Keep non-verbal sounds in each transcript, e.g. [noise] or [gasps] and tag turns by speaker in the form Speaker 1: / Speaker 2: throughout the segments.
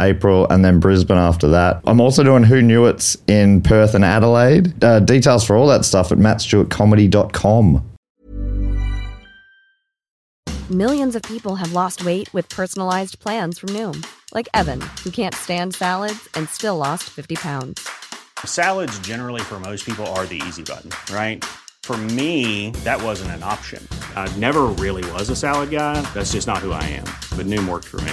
Speaker 1: April, and then Brisbane after that. I'm also doing Who Knew It's in Perth and Adelaide. Uh, details for all that stuff at mattstewartcomedy.com.
Speaker 2: Millions of people have lost weight with personalized plans from Noom, like Evan, who can't stand salads and still lost 50 pounds.
Speaker 3: Salads, generally, for most people, are the easy button, right? For me, that wasn't an option. I never really was a salad guy. That's just not who I am. But Noom worked for me.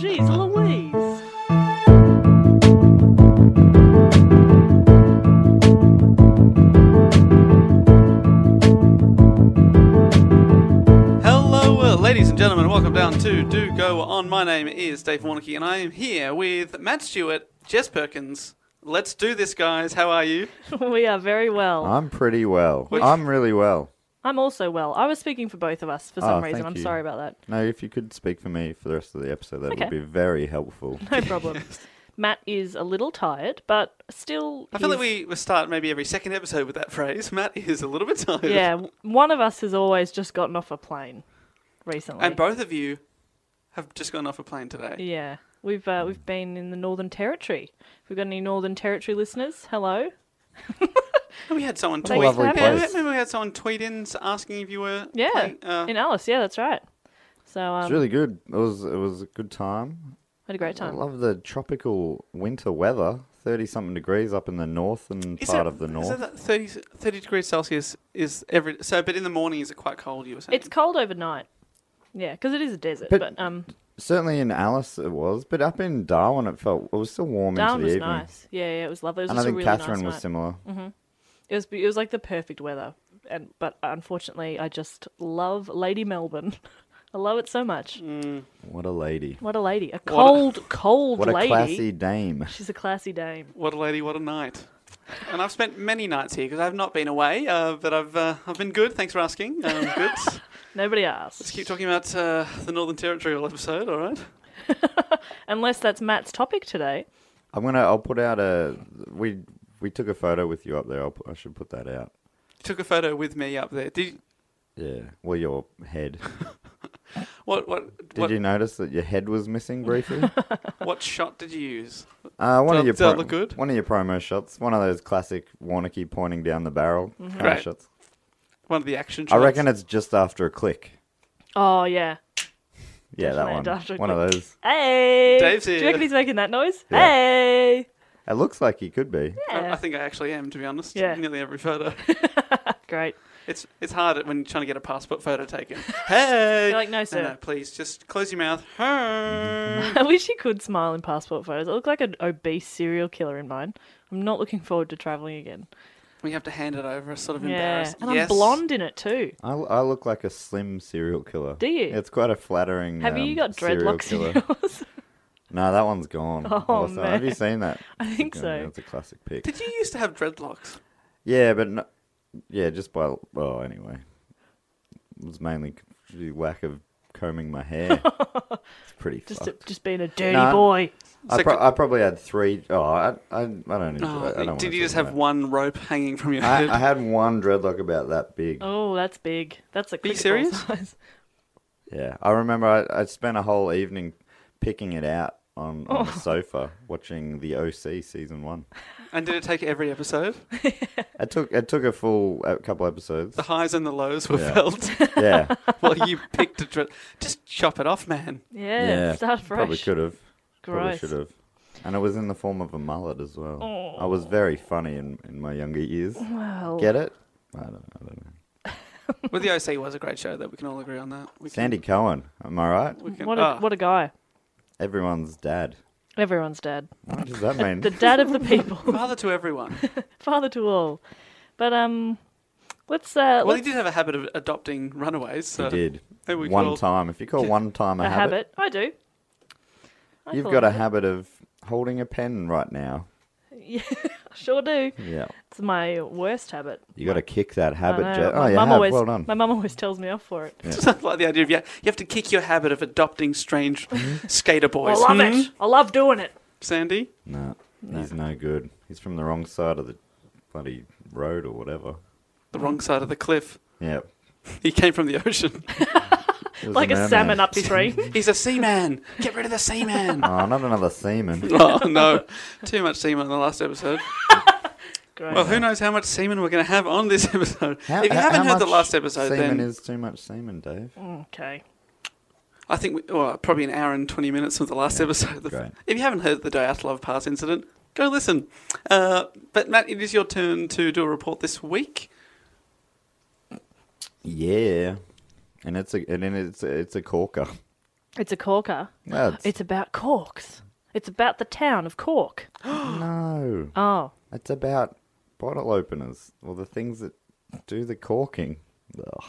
Speaker 4: Jeez
Speaker 1: Uh-huh. [laughs]
Speaker 4: Louise. [laughs]
Speaker 5: Hello, uh, ladies and gentlemen. Welcome down to Do Go On. My name is Dave Warnocky, and I am here with Matt Stewart, Jess Perkins. Let's do this, guys. How are you?
Speaker 4: We are very well.
Speaker 1: I'm pretty well. I'm really well.
Speaker 4: I'm also well. I was speaking for both of us for some
Speaker 1: Oh,
Speaker 4: reason.
Speaker 1: thank
Speaker 4: I'm
Speaker 1: you.
Speaker 4: sorry about that.
Speaker 1: No, if you could speak for me for the rest of the episode, that
Speaker 4: Okay.
Speaker 1: would be very helpful.
Speaker 4: No problem. Matt is a little tired, but still.
Speaker 5: I feel
Speaker 4: he's-
Speaker 5: like we, we start maybe every second episode with that phrase. [laughs] Matt is a little bit tired.
Speaker 4: Yeah, w- one of us has always just gotten off a plane recently.
Speaker 5: And both of you have just gone off a plane today.
Speaker 4: Yeah, we've uh, we've been in the Northern Territory. If we've got any Northern Territory listeners, hello.
Speaker 5: And we had someone
Speaker 4: What a
Speaker 5: tweet.
Speaker 4: lovely
Speaker 5: remember,
Speaker 4: place.
Speaker 5: remember we had someone tweet in asking if you were.
Speaker 4: Yeah,
Speaker 5: playing, uh,
Speaker 4: in Alice. Yeah, that's right. So um,
Speaker 1: It's really good. It was it was a good time.
Speaker 4: had a great
Speaker 1: I
Speaker 4: time.
Speaker 1: love the tropical winter weather. Thirty something degrees up in the northern
Speaker 5: is
Speaker 1: part
Speaker 5: it-
Speaker 1: of the
Speaker 5: Is it
Speaker 1: north.
Speaker 5: that 30, 30 degrees Celsius is every. So, but in the morning, is it quite cold? You were saying.
Speaker 4: It's cold overnight. Yeah, because it is a desert. But,
Speaker 1: But-
Speaker 4: um,
Speaker 1: Certainly in Alice it was, but up in Darwin it felt it was still warm into
Speaker 4: Darwin
Speaker 1: the
Speaker 4: was
Speaker 1: evening.
Speaker 4: nice. Yeah, yeah, it was lovely. It was
Speaker 1: And I
Speaker 4: just
Speaker 1: think
Speaker 4: a really
Speaker 1: Catherine
Speaker 4: nice
Speaker 1: was
Speaker 4: night. Mm.
Speaker 1: similar.
Speaker 4: It was it was like the perfect weather. And but unfortunately, I just love Lady Melbourne. [laughs] I love it so much.
Speaker 1: What Mm. a lady.
Speaker 4: What a lady! A cold, cold
Speaker 1: What
Speaker 4: lady.
Speaker 1: a classy dame.
Speaker 4: She's a classy dame.
Speaker 5: What a lady! What a night! And I've spent many nights here because I've not been away, uh, but I've uh, I've been good. Thanks for asking.
Speaker 4: [laughs]
Speaker 5: Um, good.
Speaker 4: Nobody
Speaker 5: Let's
Speaker 4: asked.
Speaker 5: keep talking about uh, the Northern Territory all episode. All right.
Speaker 4: Unless that's Matt's topic today.
Speaker 1: I'm gonna I'll put out a we we took a photo with you up there. I'll put, I should put that out.
Speaker 5: Took a photo with me up there. Did you-
Speaker 1: Yeah. Well your
Speaker 4: [laughs]
Speaker 1: head.
Speaker 5: what what
Speaker 1: Did
Speaker 5: what,
Speaker 1: you notice that your head was
Speaker 4: [laughs]
Speaker 1: missing briefly?
Speaker 5: what shot did you use?
Speaker 1: Uh, one
Speaker 5: Does-
Speaker 1: of your
Speaker 5: does that look good?
Speaker 1: One of your promo shots. One of those classic Warnocky pointing down the barrel
Speaker 4: Mm-hmm.
Speaker 1: kind
Speaker 5: Right.
Speaker 1: of shots.
Speaker 5: One of the action
Speaker 1: I
Speaker 5: shots.
Speaker 1: reckon it's just after a click.
Speaker 4: Oh yeah.
Speaker 1: Yeah,
Speaker 4: Definitely
Speaker 1: that
Speaker 4: after a
Speaker 1: one. One of those.
Speaker 4: Hey.
Speaker 5: Dave's
Speaker 4: Do you
Speaker 5: here.
Speaker 4: reckon he's making that noise?
Speaker 1: Yeah.
Speaker 4: Hey.
Speaker 1: It looks like he could be.
Speaker 5: I,
Speaker 4: Yeah.
Speaker 5: I think I actually am, to be honest.
Speaker 4: Yeah.
Speaker 5: Nearly
Speaker 4: [laughs]
Speaker 5: every photo.
Speaker 4: Great. [laughs]
Speaker 5: it's it's hard when you're trying to get a passport photo taken. Hey.
Speaker 4: You're like, "No, sir."
Speaker 5: No, please just close your mouth. Hey.
Speaker 4: I wish you could smile in passport photos. I look like an obese serial killer in mine. I'm not looking forward to travelling again.
Speaker 5: we have to hand it over. Sort of
Speaker 4: Yeah.
Speaker 5: embarrassed.
Speaker 4: And
Speaker 5: yes.
Speaker 4: I'm blonde in it too.
Speaker 1: I, I look like a slim serial killer.
Speaker 4: Do you?
Speaker 1: It's quite a flattering.
Speaker 4: Have you
Speaker 1: um,
Speaker 4: got
Speaker 1: serial
Speaker 4: dreadlocks in
Speaker 1: killer.
Speaker 4: yours?
Speaker 1: No, that one's gone.
Speaker 4: [laughs] Oh,
Speaker 1: Also, Have you
Speaker 4: man.
Speaker 1: seen that?
Speaker 4: I think so.
Speaker 1: That's a classic pic.
Speaker 5: Did you used to have dreadlocks?
Speaker 1: Yeah, but no, yeah, just by well, anyway, it was mainly the lack of combing my
Speaker 4: [laughs]
Speaker 1: hair. it's pretty.
Speaker 4: Just
Speaker 1: fucked.
Speaker 4: a, just being a dirty
Speaker 1: Nah.
Speaker 4: boy.
Speaker 1: I,
Speaker 5: So
Speaker 1: pro-
Speaker 5: could-
Speaker 1: I probably had three oh I, I, I don't enjoy.
Speaker 5: Oh,
Speaker 1: I don't wanna
Speaker 5: did you
Speaker 1: talk
Speaker 5: just have
Speaker 1: about it.
Speaker 5: one rope hanging from your head?
Speaker 1: I, I had one dreadlock about that big.
Speaker 4: Oh, that's big. That's a
Speaker 5: you
Speaker 4: cricket ball
Speaker 5: serious?
Speaker 4: size. [laughs]
Speaker 1: Yeah, I remember I, I spent a whole evening picking it out on, on
Speaker 4: Oh.
Speaker 1: the sofa watching the OC season one.
Speaker 5: and did it take every episode?
Speaker 1: It took it took a full a couple
Speaker 4: [laughs]
Speaker 1: episodes.
Speaker 5: The highs and the lows were
Speaker 1: Yeah.
Speaker 5: felt
Speaker 1: yeah,
Speaker 5: while you picked a dread. Just chop it off, man.
Speaker 4: Yeah,
Speaker 1: yeah.
Speaker 4: start fresh.
Speaker 1: Probably could have. Probably
Speaker 4: Gross.
Speaker 1: should have. And it was in the form of a mullet as well. I was very funny in, in my younger years.
Speaker 4: Well,
Speaker 1: Get it? I don't, I don't know.
Speaker 5: But the OC was a great show, that we can all agree on that. We can,
Speaker 1: Sandy Cohen, am I right?
Speaker 5: we can,
Speaker 4: What a
Speaker 5: ah,
Speaker 4: what a guy.
Speaker 1: Everyone's dad.
Speaker 4: Everyone's dad.
Speaker 1: What does
Speaker 4: [laughs]
Speaker 1: that mean?
Speaker 4: The dad
Speaker 5: [laughs]
Speaker 4: of the people, [laughs]
Speaker 5: father to everyone.
Speaker 4: father to all. But um, let's uh,
Speaker 5: Well, he
Speaker 4: let's-
Speaker 5: did have a habit of adopting runaways. So.
Speaker 1: He
Speaker 5: [laughs]
Speaker 1: did.
Speaker 5: Hey, we
Speaker 1: one
Speaker 5: call-
Speaker 1: time. If you call one time a,
Speaker 4: a habit. I do. I
Speaker 1: you've
Speaker 4: call
Speaker 1: got
Speaker 4: it
Speaker 1: a habit of holding a pen right now.
Speaker 4: I sure do.
Speaker 1: Yeah.
Speaker 4: It's my worst habit.
Speaker 1: You got to kick that
Speaker 4: I
Speaker 1: habit,
Speaker 4: know.
Speaker 1: Jeff. Oh,
Speaker 4: my
Speaker 1: you
Speaker 4: mum
Speaker 1: have.
Speaker 4: always
Speaker 1: well done.
Speaker 4: my mum always tells me off for it.
Speaker 5: Just like the idea of yeah, you have to kick your habit of adopting strange
Speaker 1: Mm-hmm.
Speaker 5: skater
Speaker 4: I
Speaker 5: boys.
Speaker 4: love
Speaker 5: Hmm?
Speaker 4: it. I love doing it.
Speaker 5: Sandy.
Speaker 1: No, he's no good. He's from the wrong side of the bloody road or whatever.
Speaker 5: The wrong side of the cliff.
Speaker 1: Yeah.
Speaker 5: He came from the
Speaker 1: [laughs]
Speaker 5: ocean.
Speaker 1: He was
Speaker 4: Like a
Speaker 1: merman.
Speaker 4: salmon up his tree.
Speaker 5: He's a seaman. Get rid of the seaman.
Speaker 1: [laughs] Oh, not another seaman.
Speaker 5: oh no, too much semen in the last episode.
Speaker 4: [laughs] Great.
Speaker 5: Well, who knows how much semen we're going to have on this [laughs] episode?
Speaker 1: How-
Speaker 5: if you
Speaker 1: how-
Speaker 5: haven't
Speaker 1: how
Speaker 5: heard the
Speaker 1: much
Speaker 5: last episode,
Speaker 1: semen
Speaker 5: then
Speaker 1: is too much semen, Dave.
Speaker 4: okay.
Speaker 5: I think we, well, probably an hour and twenty minutes of the last episode.
Speaker 1: great.
Speaker 5: If you haven't heard the Dyatlov Pass incident, go listen. Uh, but Matt, it is your turn to do a report this week.
Speaker 1: Yeah, and it's a and then it's it's a corker.
Speaker 4: It's a corker.
Speaker 1: That's
Speaker 4: It's about corks. It's about the town of Cork. [gasps]
Speaker 1: no.
Speaker 4: Oh,
Speaker 1: It's about bottle openers or the things that do the corking. Ugh.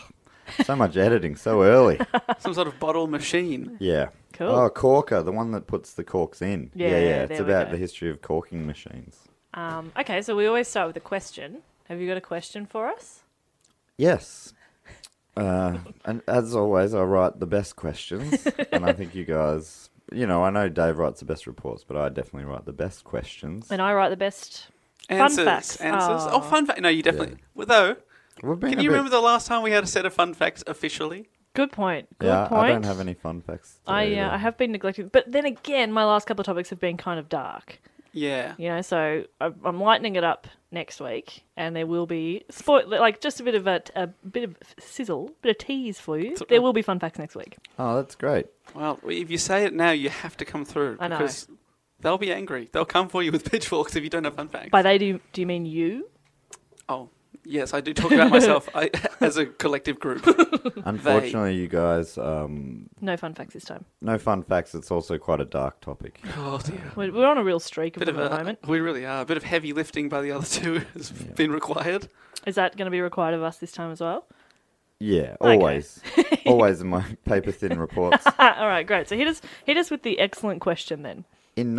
Speaker 1: So much editing so early.
Speaker 5: Some sort of bottle machine.
Speaker 1: Yeah.
Speaker 4: Cool.
Speaker 1: Oh, corker, the one that puts the corks in. Yeah,
Speaker 4: Yeah,
Speaker 1: yeah. It's
Speaker 4: there we
Speaker 1: about
Speaker 4: go.
Speaker 1: the history of corking machines.
Speaker 4: um, okay. So we always start with a question. Have you got a question for us?
Speaker 1: Yes. [laughs] Uh, and as always, I write the best questions, and I think you guys, you know, I know Dave writes the best reports, but I definitely write the best questions.
Speaker 4: And I write the best.
Speaker 5: Answers.
Speaker 4: facts.
Speaker 5: Answers.
Speaker 4: Oh.
Speaker 5: Oh, fun fact. No, you definitely. Well, though,
Speaker 1: We've been
Speaker 5: can
Speaker 1: a
Speaker 5: you
Speaker 1: bit-
Speaker 5: remember the last time we had a set of fun facts officially?
Speaker 4: Good point. Good
Speaker 1: yeah,
Speaker 4: point.
Speaker 1: I don't have any fun facts.
Speaker 4: I
Speaker 1: today
Speaker 4: uh,
Speaker 1: either.
Speaker 4: I have been neglecting, but then again, my last couple of topics have been kind of dark.
Speaker 5: Yeah.
Speaker 4: You know, so I- I'm lightening it up next week, and there will be spoil like just a bit of a, a bit of sizzle, bit of tease for you. There will be fun facts next week.
Speaker 1: Oh, that's
Speaker 4: [laughs]
Speaker 1: great.
Speaker 5: Well, if you say it now, you have to come through
Speaker 4: I know.
Speaker 5: because they'll be angry. They'll come for you with [laughs] pitchforks if you don't have fun facts.
Speaker 4: By they, do you, do you mean you?
Speaker 5: oh, yes, I do talk about myself I, [laughs] as a
Speaker 4: [laughs]
Speaker 5: collective group.
Speaker 1: Unfortunately, you guys, um,
Speaker 4: No fun facts this time.
Speaker 1: no fun facts. It's also quite a dark topic.
Speaker 4: [laughs]
Speaker 5: oh dear.
Speaker 4: We're, we're on a real streak of
Speaker 5: Bit
Speaker 4: them
Speaker 5: of
Speaker 4: at the
Speaker 5: a,
Speaker 1: [laughs]
Speaker 4: moment.
Speaker 5: we really are. A bit of heavy lifting by the other two [laughs] has been required.
Speaker 4: Is that going to be required of us this time as well? [laughs]
Speaker 1: Yeah,
Speaker 4: Okay.
Speaker 1: always,
Speaker 4: [laughs]
Speaker 1: always in my paper thin reports.
Speaker 4: Ah, all right, great. So hit us hit us with the excellent question then.
Speaker 1: In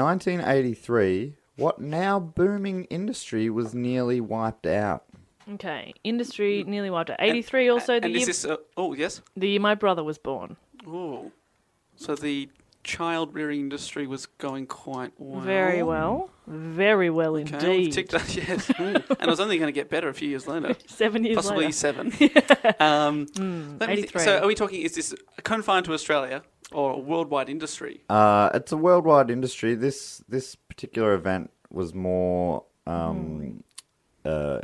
Speaker 1: 1983, what now booming industry was nearly wiped out?
Speaker 4: Okay, industry nearly wiped out. Eighty three, also the
Speaker 5: Mm. and
Speaker 4: year
Speaker 5: is this? A, oh yes.
Speaker 4: the year my brother was born.
Speaker 5: Oh, so the child rearing industry was going quite well.
Speaker 4: Very well, very well
Speaker 5: Okay, we've
Speaker 4: indeed.
Speaker 5: ticked up, [laughs] yes. Hmm. and it was only going to get better a few years
Speaker 4: [laughs]
Speaker 5: later.
Speaker 4: Seven years
Speaker 5: possibly
Speaker 4: later. [laughs]
Speaker 5: seven. um,
Speaker 4: Hmm,
Speaker 5: let me think.
Speaker 4: 83.
Speaker 5: So, are we talking? Is this confined to Australia or a worldwide industry?
Speaker 1: Uh, it's a worldwide industry. This this particular event was more um, uh,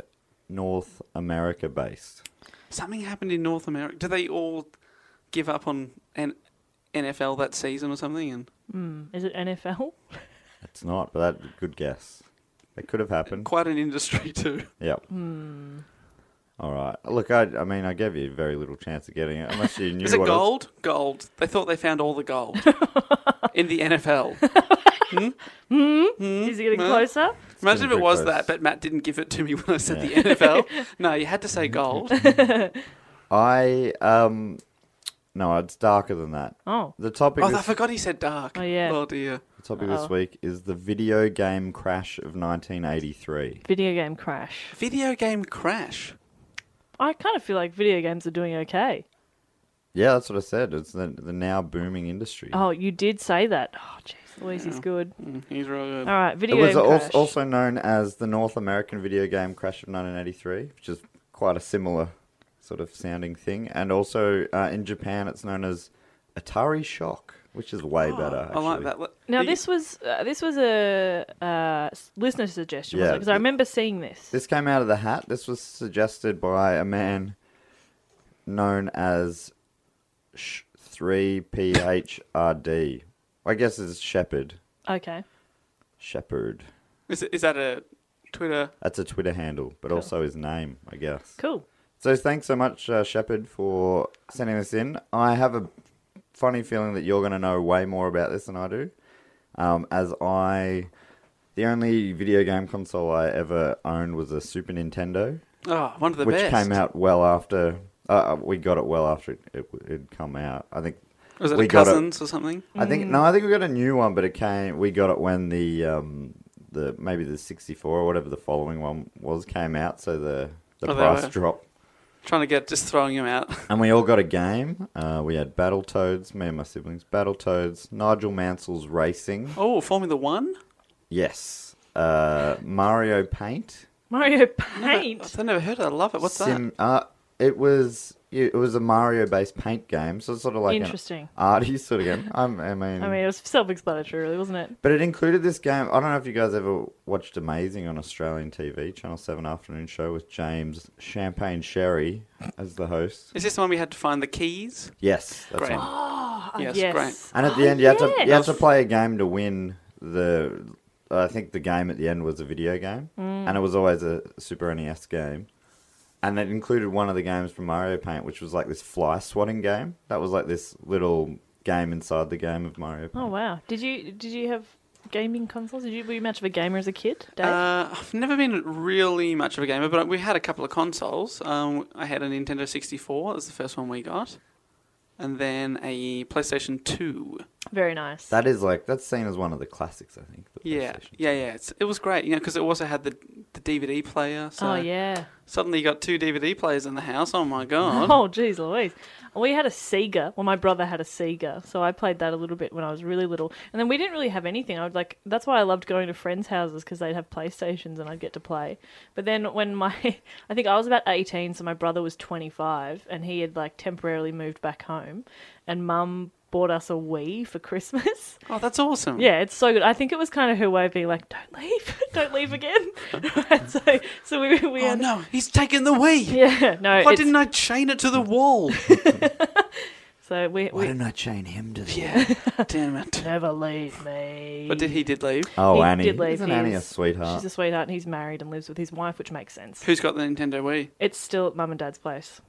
Speaker 1: North America based.
Speaker 5: Something happened in North America. Do they all give up on an NFL that season or something? And
Speaker 4: Is it NFL?
Speaker 1: It's not, but that's a good guess. It could have happened.
Speaker 5: quite an industry [laughs] too.
Speaker 1: Yep.
Speaker 5: Hmm.
Speaker 1: All right. Look, I, I mean, I gave you very little chance of getting it, unless
Speaker 5: [laughs]
Speaker 1: you knew
Speaker 5: Is it
Speaker 1: what was-
Speaker 5: gold? Gold. They thought they found all the gold
Speaker 4: [laughs]
Speaker 5: in the NFL. Hmm?
Speaker 4: Is it getting closer?
Speaker 5: Imagine if
Speaker 1: pretty
Speaker 5: it was
Speaker 1: close.
Speaker 5: that, but Matt didn't give it to me when I said the
Speaker 4: [laughs]
Speaker 5: NFL. No, you had to
Speaker 1: Mm-hmm.
Speaker 5: say gold.
Speaker 1: I um, no, it's darker than that.
Speaker 4: Oh,
Speaker 1: The topic.
Speaker 5: Oh, I
Speaker 1: this-
Speaker 5: forgot he said dark.
Speaker 4: Oh, yeah.
Speaker 5: Oh dear.
Speaker 1: The topic this week is the video game crash of 1983.
Speaker 4: video game crash.
Speaker 5: Video game crash.
Speaker 4: I kind of feel like video games are doing okay.
Speaker 1: Yeah, that's what I said. It's the, the now booming industry.
Speaker 4: Oh, you did say that. Oh, jeez, Louise is good.
Speaker 5: Hmm, He's uh, real good.
Speaker 4: All right,
Speaker 1: it
Speaker 4: video
Speaker 1: was
Speaker 4: game
Speaker 1: al-
Speaker 4: crash.
Speaker 1: also known as the North American video game crash of 1983, which is quite a similar sort of sounding thing. And also uh, in Japan, it's known as Atari Shock, which is
Speaker 4: Oh,
Speaker 1: way better.
Speaker 5: Oh, I like
Speaker 1: uh, actually.
Speaker 5: that. Look,
Speaker 4: Now
Speaker 5: you-
Speaker 4: this was uh, this was a uh, s- listener suggestion
Speaker 1: Yeah.
Speaker 4: because I remember seeing this.
Speaker 1: This came out of the hat. This was suggested by a man known as Sh- 3PHRD. I guess it's Shepherd.
Speaker 4: Okay,
Speaker 1: Shepherd.
Speaker 5: is, is that a Twitter?
Speaker 1: That's a Twitter handle, but also his name, I guess.
Speaker 4: cool.
Speaker 1: So thanks so much, uh, Shepard, for sending this in. I have a funny feeling that you're going to know way more about this than I do, um, as I the only video game console I ever owned was a Super Nintendo,
Speaker 5: Oh, one of the
Speaker 1: which
Speaker 5: best.
Speaker 1: came out well after uh, we got it. Well after it it would come out, I think.
Speaker 5: Was it
Speaker 1: we
Speaker 5: a
Speaker 1: got it-
Speaker 5: cousins or something?
Speaker 1: I think no, I think we got a new one, but it came. We got it when the um, the maybe the sixty four or whatever the following one was came out, so the the
Speaker 5: Oh, they
Speaker 1: price
Speaker 5: were-
Speaker 1: dropped,
Speaker 5: Trying to get just throwing him out. [laughs]
Speaker 1: and we all got a game. Uh, we had Battletoads, me and my siblings. Battletoads, Nigel Mansell's Racing,
Speaker 5: Oh, Formula One.
Speaker 1: yes, uh, Mario Paint,
Speaker 5: [laughs]
Speaker 4: Mario
Speaker 5: I-
Speaker 4: Paint.
Speaker 5: I've never heard. Of it. I love it. What's
Speaker 1: Sim- Uh, it was it was a Mario based paint game, so it's sort of like
Speaker 4: Interesting.
Speaker 1: an arty sort of
Speaker 4: [laughs]
Speaker 1: game. I'm, I mean,
Speaker 4: I mean, it was self-explanatory, really, wasn't it?
Speaker 1: But it included this game. I don't know if you guys ever watched Amazing on Australian TV, Channel 7 afternoon show with James Champagne Sherry as the host.
Speaker 5: that? Is this the one we had to find the keys?
Speaker 1: Yes, that's
Speaker 5: Great.
Speaker 1: one.
Speaker 5: yes,
Speaker 4: Ah, yes.
Speaker 5: great.
Speaker 1: And at the end, you had to
Speaker 4: yes.
Speaker 1: you had to play a game to win the. I think the game at the end was a video game,
Speaker 4: Mm.
Speaker 1: and it was always a Super NES game. And it included one of the games from Mario Paint, which was like this fly swatting game. That was like this little game inside the game of Mario Paint.
Speaker 4: Oh wow! Did you did you have gaming consoles? Did you were you much of a gamer as a kid, Dave?
Speaker 5: Uh, I've never been really much of a gamer, but we had a couple of consoles. Um, I had a Nintendo 64. That was the first one we got, and then a PlayStation 2.
Speaker 4: Very nice.
Speaker 1: That is like that's seen as one of the classics, I think. the
Speaker 5: Yeah,
Speaker 1: PlayStation.
Speaker 5: yeah, yeah. It's, it was great, you know, because it also had the the DVD player. So
Speaker 4: oh yeah.
Speaker 5: Suddenly you got two DVD players in the house. Oh
Speaker 4: [laughs]
Speaker 5: my god.
Speaker 4: Oh geez, Louise. We had a Sega. Well, my brother had a Sega, so I played that a little bit when I was really little. And then we didn't really have anything. I would like that's why I loved going to friends' houses because they'd have PlayStations and I'd get to play. But then when my [laughs] I think I was about eighteen, so my brother was twenty five, and he had like temporarily moved back home, and Mum bought us a Wii for Christmas.
Speaker 5: Oh, that's awesome.
Speaker 4: Yeah, it's so good. I think it was kind of her way of being like, "Don't leave, [laughs] don't leave again." Right, so, so we we
Speaker 5: Oh
Speaker 4: had-
Speaker 5: no, he's taken the Wii.
Speaker 4: [laughs] yeah no.
Speaker 5: Why
Speaker 4: it's-
Speaker 5: didn't I chain it to the
Speaker 4: [laughs]
Speaker 5: wall?
Speaker 4: So we, we
Speaker 1: didn't I chain him to the
Speaker 5: yeah.
Speaker 4: [laughs]
Speaker 5: Damn it.
Speaker 4: never leave me.
Speaker 5: But did he did leave?
Speaker 1: Oh,
Speaker 4: He
Speaker 1: Annie.
Speaker 4: did leave.
Speaker 1: Isn't
Speaker 4: He
Speaker 1: Annie a
Speaker 4: is-
Speaker 1: sweetheart?
Speaker 4: She's a sweetheart, and he's married and lives with his wife, which makes sense.
Speaker 5: Who's got the Nintendo Wii?
Speaker 4: It's still at mum and dad's place.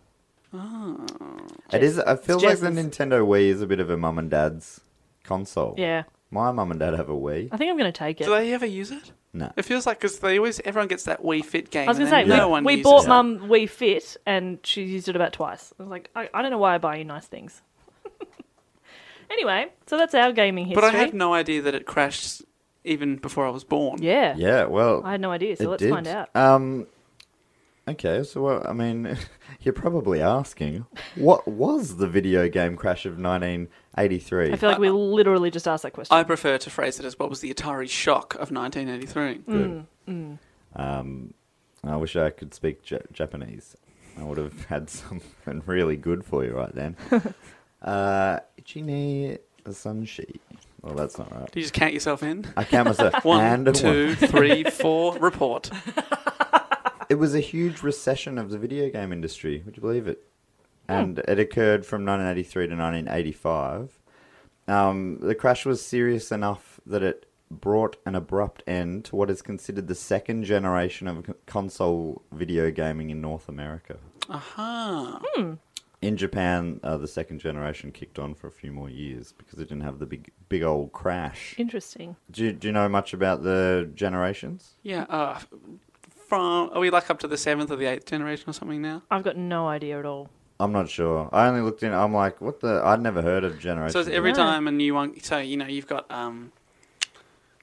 Speaker 1: it is. I feel
Speaker 4: It's
Speaker 1: like the
Speaker 4: Jess's.
Speaker 1: Nintendo Wii is a bit of a mum and dad's console.
Speaker 4: Yeah,
Speaker 1: My mum and dad have a Wii.
Speaker 4: I think I'm gonna take it.
Speaker 5: Do they ever use it?
Speaker 1: No.
Speaker 5: It feels like because they always everyone gets that Wii Fit game.
Speaker 4: I was gonna
Speaker 5: and
Speaker 4: say
Speaker 5: then
Speaker 4: we,
Speaker 5: no one
Speaker 4: we
Speaker 5: uses
Speaker 4: bought
Speaker 5: it.
Speaker 4: mum We Fit, and she used it about twice. I was like, I, I don't know why I buy you nice things. [laughs] anyway, so that's our gaming history.
Speaker 5: But I had no idea that it crashed even before I was born.
Speaker 4: Yeah.
Speaker 1: Yeah. Well,
Speaker 4: I had no idea, so
Speaker 1: it
Speaker 4: let's
Speaker 1: did.
Speaker 4: find out.
Speaker 1: Um. Okay. So, well, I mean, [laughs] you're probably asking, what was the video game crash of 1983?
Speaker 4: I feel like [laughs] we literally just asked that question.
Speaker 5: I prefer to phrase it as what was the Atari shock of
Speaker 4: Mm.
Speaker 5: 1983.
Speaker 1: Good. Um, I wish I could speak ja Japanese. I would have had something [laughs] really good for you right
Speaker 4: [laughs]
Speaker 1: then. uh, Ichine Sunshi. Well, that's not right.
Speaker 5: Do you just count
Speaker 4: [laughs]
Speaker 5: yourself in?
Speaker 1: I can't myself.
Speaker 5: [laughs] One,
Speaker 1: and a
Speaker 5: two,
Speaker 1: one.
Speaker 5: three, four. Report.
Speaker 1: It was a huge recession of the video game industry. Would you believe it? And it occurred from 1983 to 1985. Um, the crash was serious enough that it brought an abrupt end to what is considered the second generation of c- console video gaming in North America.
Speaker 5: Aha.
Speaker 1: In Japan, uh, the second generation kicked on for a few more years because it didn't have the big, big old crash.
Speaker 4: Interesting.
Speaker 1: Do you, do you know much about the generations?
Speaker 5: Yeah, uh, from are we like up to the seventh or the eighth generation or something now?
Speaker 4: I've got no idea at all.
Speaker 1: I'm not sure. I only looked in. I'm like, what the? I'd never heard of generations.
Speaker 5: So it's every
Speaker 4: No.
Speaker 5: time a new one. So you know you've got um,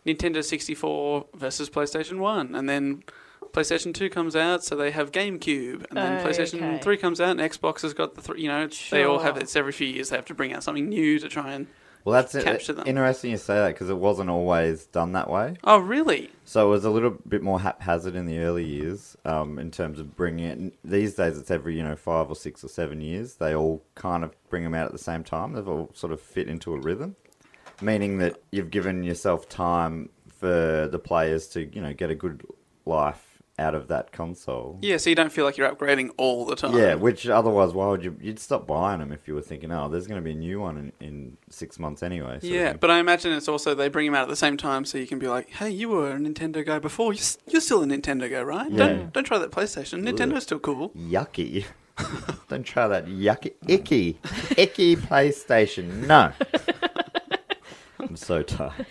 Speaker 5: Nintendo sixty four versus PlayStation one, and then PlayStation two comes out, so they have GameCube, and then PlayStation
Speaker 4: Oh, Okay.
Speaker 5: three comes out, and Xbox has got the three. You know, it's- they all have
Speaker 4: Sure.
Speaker 5: it's every few years they have to bring out something new to try and.
Speaker 1: Well, that's it.
Speaker 5: capture them.
Speaker 1: interesting you say that because it wasn't always done that way.
Speaker 5: Oh really?
Speaker 1: So it was a little bit more haphazard in the early years um, in terms of bringing it. These days, it's every you know five or six or seven years. They all kind of bring them out at the same time. They've all sort of fit into a rhythm, meaning that you've given yourself time for the players to you know get a good life out of that console.
Speaker 5: Yeah, so you don't feel like you're upgrading all the time.
Speaker 1: Yeah, which otherwise, why would you? You'd stop buying them if you were thinking, oh, there's going to be a new one in, in six months anyway. sort of
Speaker 5: Yeah,
Speaker 1: thing.
Speaker 5: but I imagine it's also they bring them out at the same time, so you can be like, "Hey, you were a Nintendo guy before. You're, s- you're still a Nintendo guy, right?
Speaker 1: Yeah.
Speaker 5: Don't don't try that PlayStation. Nintendo's still cool."
Speaker 1: yucky. [laughs] Don't try that yucky, icky, icky PlayStation. No. I'm so tired.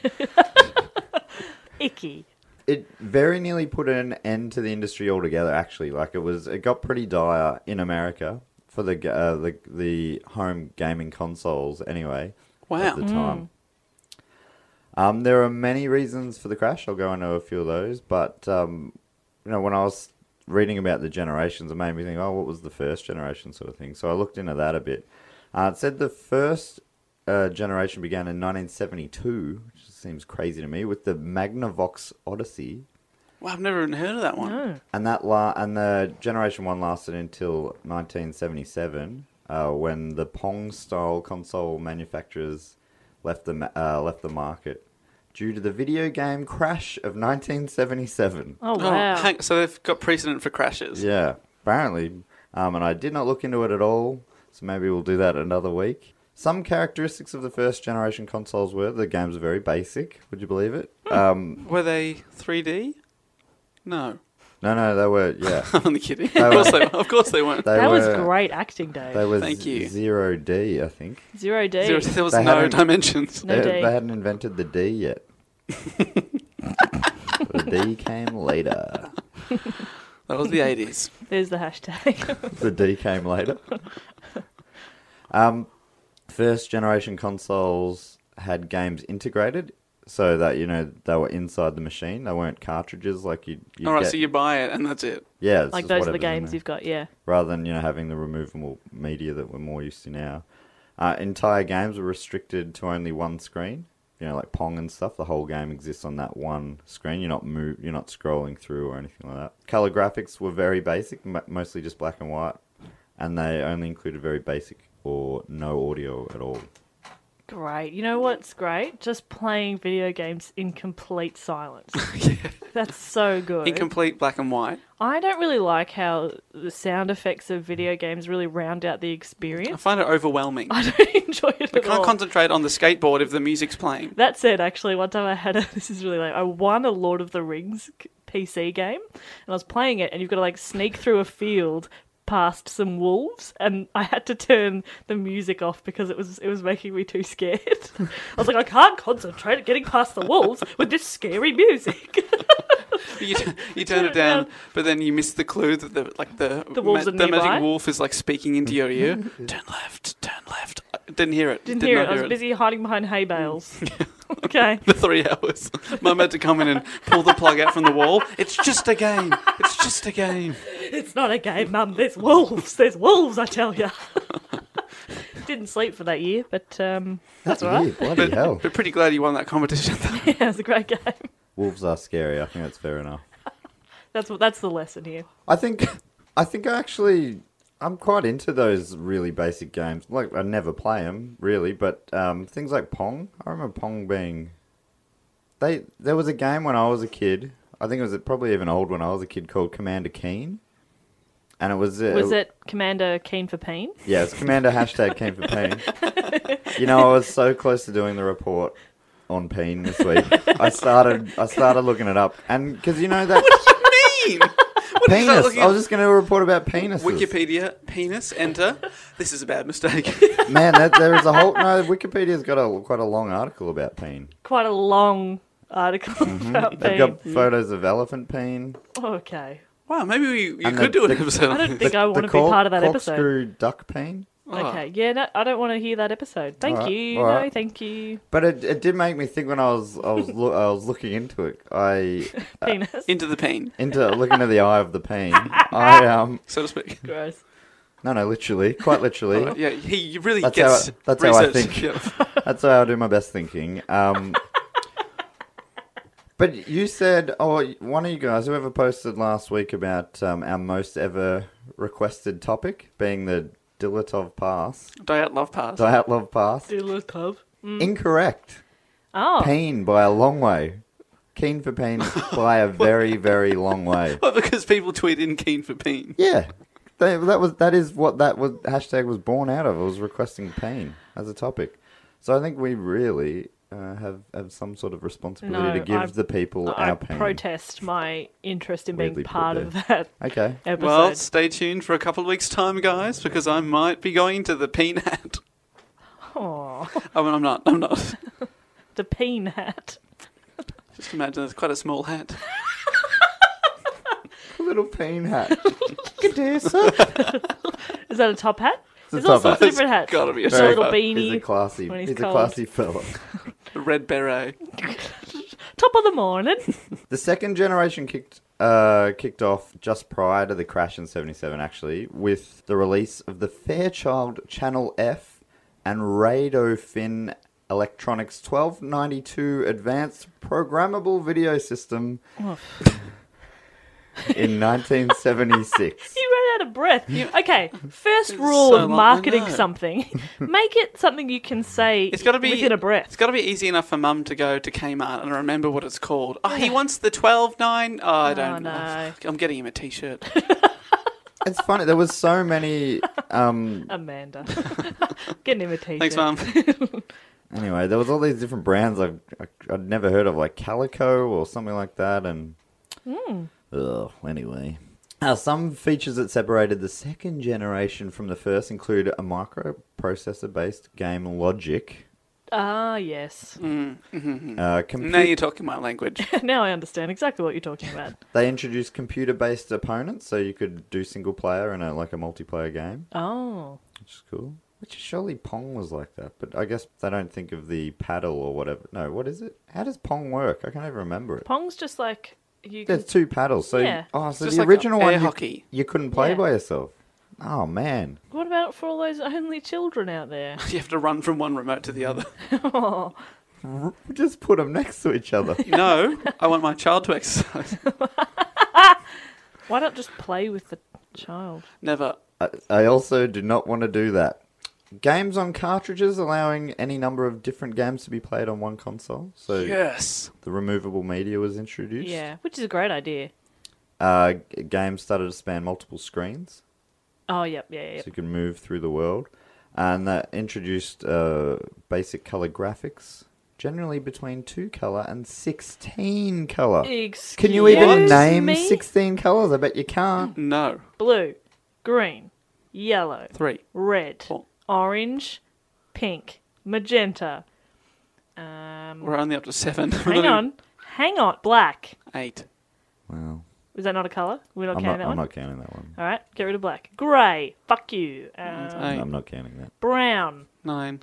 Speaker 4: Icky.
Speaker 1: It very nearly put an end to the industry altogether. Actually, like it was, it got pretty dire in America for the ga- uh, the the home gaming consoles. Anyway,
Speaker 5: Wow.
Speaker 1: at the time. Um, there are many reasons for the crash. I'll go into a few of those, but um, you know, when I was reading about the generations, it made me think, oh, what was the first generation sort of thing? So I looked into that a bit. Uh, it said the first uh, generation began in 1972, which seems crazy to me, with the Magnavox Odyssey,
Speaker 5: Well, I've never even heard of that one.
Speaker 1: and that la- and the generation one lasted until 1977, uh, when the Pong-style console manufacturers left the ma- uh, left the market due to the video game crash of 1977.
Speaker 4: Oh
Speaker 5: Oh,
Speaker 4: wow.
Speaker 5: hang- so they've got precedent for crashes.
Speaker 1: Yeah, apparently. Um, and I did not look into it at all, so maybe we'll do that another week. Some characteristics of the first generation consoles were the games are very basic. Would you believe it?
Speaker 5: Hmm.
Speaker 1: Um,
Speaker 5: Were they 3D? No, [laughs]
Speaker 1: no, no, they were. Yeah,
Speaker 5: I'm only kidding. of course they, were. of course they weren't.
Speaker 1: they
Speaker 4: that was
Speaker 1: were.
Speaker 4: great acting, Dave.
Speaker 1: They were
Speaker 5: Thank you.
Speaker 1: zero D, I think.
Speaker 4: Zero D.
Speaker 5: There was, there was
Speaker 1: They
Speaker 5: no
Speaker 1: haven't-
Speaker 5: dimensions.
Speaker 4: No
Speaker 1: they,
Speaker 4: D.
Speaker 1: they hadn't invented the D yet. the D came later.
Speaker 5: That was the 80s.
Speaker 4: There's the hashtag. [laughs]
Speaker 1: The D came later. Um, first generation consoles had games integrated so that you know they were inside the machine. They weren't cartridges like you. you
Speaker 5: All right,
Speaker 1: get.
Speaker 5: so you buy it and that's it.
Speaker 1: yeah, it's
Speaker 4: like
Speaker 1: just
Speaker 4: those are the
Speaker 1: whatever's in
Speaker 4: games
Speaker 1: there.
Speaker 4: you've got. Yeah.
Speaker 1: rather than you know having the removable media that we're more used to now. Uh, entire games were restricted to only one screen. You know, like Pong and stuff. The whole game exists on that one screen. You're not move. You're not scrolling through or anything like that. Color graphics were very basic, m- mostly just black and white, and they only included very basic or no audio at all.
Speaker 4: Great. You know what's great? Just playing video games in complete [laughs] silence. That's so good.
Speaker 5: Incomplete black and white.
Speaker 4: I don't really like how the sound effects of video games really round out the
Speaker 5: I
Speaker 4: experience.
Speaker 5: find it overwhelming.
Speaker 4: [laughs] I don't [laughs] enjoy it
Speaker 5: I
Speaker 4: at all.
Speaker 5: can't concentrate on the skateboard if the music's playing.
Speaker 4: That said, actually, one time I had a [laughs] this is really lame. I won a Lord of the Rings c- PC game, and I was playing it, and you've got to like sneak through a field past some wolves, and I had to turn the music off because it was it was making me too scared. [laughs] I was like, I can't concentrate at getting past the wolves with this scary music. [laughs]
Speaker 5: [laughs] you, t- you turn it down, but then you miss the clue that the like the
Speaker 4: The wolves are
Speaker 5: the
Speaker 4: nearby.
Speaker 5: magic wolf is like speaking into
Speaker 4: [laughs]
Speaker 5: your ear. [laughs] turn left, turn left. I didn't hear it.
Speaker 4: Didn't
Speaker 5: Did
Speaker 4: hear it.
Speaker 5: not
Speaker 4: I was busy hiding behind hay bales. okay.
Speaker 5: [laughs] The three hours. Mum had to come in and pull the plug out from the wall. It's just a game. It's just a game.
Speaker 4: It's not a game, Mum. There's wolves. There's wolves, I tell you. [laughs] Didn't sleep for that year, but um, [laughs] that's all right.
Speaker 1: Yeah,
Speaker 4: [laughs]
Speaker 1: bloody hell!
Speaker 5: But pretty glad you won that competition. [laughs] though.
Speaker 4: Yeah, it was a great game.
Speaker 1: Wolves are scary. I think that's fair enough.
Speaker 4: That's what. That's the lesson here.
Speaker 1: I think I think I actually I'm quite into those really basic games. Like I never play them really, but um, things like Pong. I remember Pong being they there was a game when I was a kid. I think it was probably even old when I was a kid called Commander Keen. And it was uh,
Speaker 4: Was it Commander Keen for Pain?
Speaker 1: yeah, it's Commander hashtag came for pain.
Speaker 5: [laughs]
Speaker 1: you know, I was so close to doing the report on pain this week. I started, I started looking it up, and because you know
Speaker 5: [laughs]
Speaker 1: that
Speaker 5: Mean. What is that
Speaker 1: penis.
Speaker 5: looking
Speaker 1: I was just going to report about penises.
Speaker 5: Wikipedia penis enter. This is a
Speaker 4: [laughs]
Speaker 5: bad mistake.
Speaker 1: Man, that, there is a whole no. Wikipedia's got a quite a long article about peen.
Speaker 4: Quite a long article [laughs] about
Speaker 1: Mm-hmm. They've
Speaker 4: pain.
Speaker 1: got
Speaker 4: mm.
Speaker 1: photos of elephant peen.
Speaker 4: Okay.
Speaker 5: wow, maybe we, you
Speaker 1: And
Speaker 5: could
Speaker 1: the-
Speaker 5: do an
Speaker 1: the-
Speaker 5: episode.
Speaker 4: I
Speaker 5: on
Speaker 4: don't
Speaker 5: this.
Speaker 4: think I want to be
Speaker 1: cork-
Speaker 4: part of that episode.
Speaker 1: corkscrew duck peen.
Speaker 5: Oh.
Speaker 4: Okay. Yeah. No, I don't want to hear that episode. Thank
Speaker 1: Alright,
Speaker 4: you.
Speaker 1: alright.
Speaker 4: No, thank you.
Speaker 1: But it, it did make me think when I was I was loo- I was looking into it. I
Speaker 4: Penis.
Speaker 5: [laughs] Into the pain,
Speaker 1: into looking at the eye of the peen. I um
Speaker 5: so to speak.
Speaker 4: [laughs] Gross.
Speaker 1: no no literally quite literally.
Speaker 5: Yeah, he really
Speaker 1: That's
Speaker 5: gets
Speaker 1: how I- that's how I
Speaker 5: research.
Speaker 1: think.
Speaker 5: Yeah.
Speaker 1: That's how I do my best thinking. Um, but you said, oh, one of you guys, whoever posted last week about um, our most ever requested topic being the Dilatov Pass,
Speaker 5: Diet love pass. [laughs]
Speaker 1: Diatlov Pass,
Speaker 4: Mm, Do a little tub.
Speaker 1: incorrect.
Speaker 4: Oh.
Speaker 1: Pain by a long way. Keen for Peen by a very, very long way.
Speaker 5: Well, because people tweet in keen for peen.
Speaker 1: Yeah. They, that was that is what that was hashtag was born out of. It was requesting pain as a topic. So I think we really uh, have have some sort of responsibility
Speaker 4: No,
Speaker 1: to give
Speaker 4: I-
Speaker 1: the people
Speaker 4: I
Speaker 1: our pain.
Speaker 4: protest my interest in
Speaker 1: Weirdly
Speaker 4: being
Speaker 1: put
Speaker 4: part
Speaker 1: there.
Speaker 4: of that
Speaker 1: [laughs] Okay.
Speaker 4: episode.
Speaker 5: Well, stay tuned for a couple of weeks' time, guys, because I might be going to the peen hat.
Speaker 4: [laughs] Aw,
Speaker 5: Oh, well, I'm not. I'm not. [laughs]
Speaker 4: the peen hat.
Speaker 5: Just imagine it's quite a small hat.
Speaker 1: Little pain
Speaker 4: [laughs]
Speaker 1: hat.
Speaker 4: Is that a top hat?
Speaker 1: a
Speaker 4: There's
Speaker 1: top
Speaker 4: all sorts
Speaker 1: hat.
Speaker 4: of different hats.
Speaker 5: gotta be a
Speaker 4: It's
Speaker 5: top
Speaker 4: little
Speaker 5: hat.
Speaker 1: He's a
Speaker 4: beanie.
Speaker 1: classy.
Speaker 4: when
Speaker 1: He's,
Speaker 4: he's
Speaker 1: a
Speaker 4: cold.
Speaker 1: classy fella.
Speaker 5: The red beret.
Speaker 4: Top of the morning.
Speaker 1: The second generation kicked uh, kicked off just prior to the crash in '77, actually, with the release of the Fairchild Channel F and Rado Fin Electronics 1292 Advanced Programmable Video System in 1976.
Speaker 4: [laughs] You ran out of breath.
Speaker 1: [laughs]
Speaker 4: okay, first rule
Speaker 5: so
Speaker 4: of
Speaker 5: long, I
Speaker 4: marketing
Speaker 5: know.
Speaker 4: something: [laughs] make it something you can say.
Speaker 5: It's got to be
Speaker 4: within a breath.
Speaker 5: It's got to be easy enough for mum to go to Kmart and remember what it's called. Oh, he wants the twelve nine. Oh, I don't
Speaker 4: no.
Speaker 5: know. I'm getting him a T-shirt.
Speaker 4: [laughs]
Speaker 1: it's funny. There was so many. Um,
Speaker 4: Amanda, [laughs] getting him a t-shirt. [laughs]
Speaker 5: Thanks, mum.
Speaker 1: anyway, there was all these different brands I've, I- I'd never heard of, like Calico or something like that, and. Ugh, anyway. Uh, some features that separated the second generation from the first include a microprocessor based game logic.
Speaker 4: Ah, yes. [laughs]
Speaker 1: Uh, compu-
Speaker 5: now you're talking my language.
Speaker 4: now I understand exactly what you're talking about.
Speaker 1: They introduced computer based opponents, so you could do single player and a, like a multiplayer game,
Speaker 4: Oh,
Speaker 1: which is cool. Which is surely Pong was like that, but I guess they don't think of the paddle or whatever. No, what is it? How does Pong work? I can't even remember it.
Speaker 4: Pong's just like you. Can...
Speaker 1: There's two paddles, so
Speaker 4: Yeah.
Speaker 1: oh, so
Speaker 5: Just
Speaker 1: the
Speaker 5: like
Speaker 1: original
Speaker 5: air
Speaker 1: one you-
Speaker 5: hockey.
Speaker 1: You, couldn't play
Speaker 4: Yeah.
Speaker 1: by yourself. Oh man,
Speaker 4: What about for all those only children out there?
Speaker 5: you have to run from one remote to the other.
Speaker 4: oh,
Speaker 1: just put them next to each
Speaker 4: [laughs]
Speaker 1: other.
Speaker 5: No, I want my child to exercise.
Speaker 4: why not just play with the child?
Speaker 5: Never.
Speaker 1: I- I also do not want to do that. Games on cartridges allowing any number of different games to be played on one console. So
Speaker 5: Yes.
Speaker 1: the removable media was introduced.
Speaker 4: Yeah, which is a great idea.
Speaker 1: Uh, g- games started to span multiple screens,
Speaker 4: Oh, yep, yeah, yeah.
Speaker 1: so
Speaker 4: yep.
Speaker 1: you can move through the world, and that introduced uh, basic color graphics, generally between two color and sixteen color.
Speaker 4: Excuse
Speaker 1: Can you even
Speaker 4: me?
Speaker 1: name sixteen colors? I bet you can't.
Speaker 5: No.
Speaker 4: Blue, green, yellow,
Speaker 5: Three.
Speaker 4: red,
Speaker 5: Four.
Speaker 1: Oh.
Speaker 4: orange, pink, magenta. Um,
Speaker 5: We're only up to seven. [laughs] We're not
Speaker 4: hang
Speaker 5: even-
Speaker 4: on, hang on, black.
Speaker 5: Eight.
Speaker 1: Well,
Speaker 4: Is that not a color? We're not
Speaker 1: I'm not.
Speaker 4: counting that
Speaker 1: I'm
Speaker 4: one.
Speaker 1: not counting that one.
Speaker 4: All right, get rid of black. Grey, fuck you. Um,
Speaker 5: Eight.
Speaker 1: I'm not counting that.
Speaker 4: brown.
Speaker 5: Nine.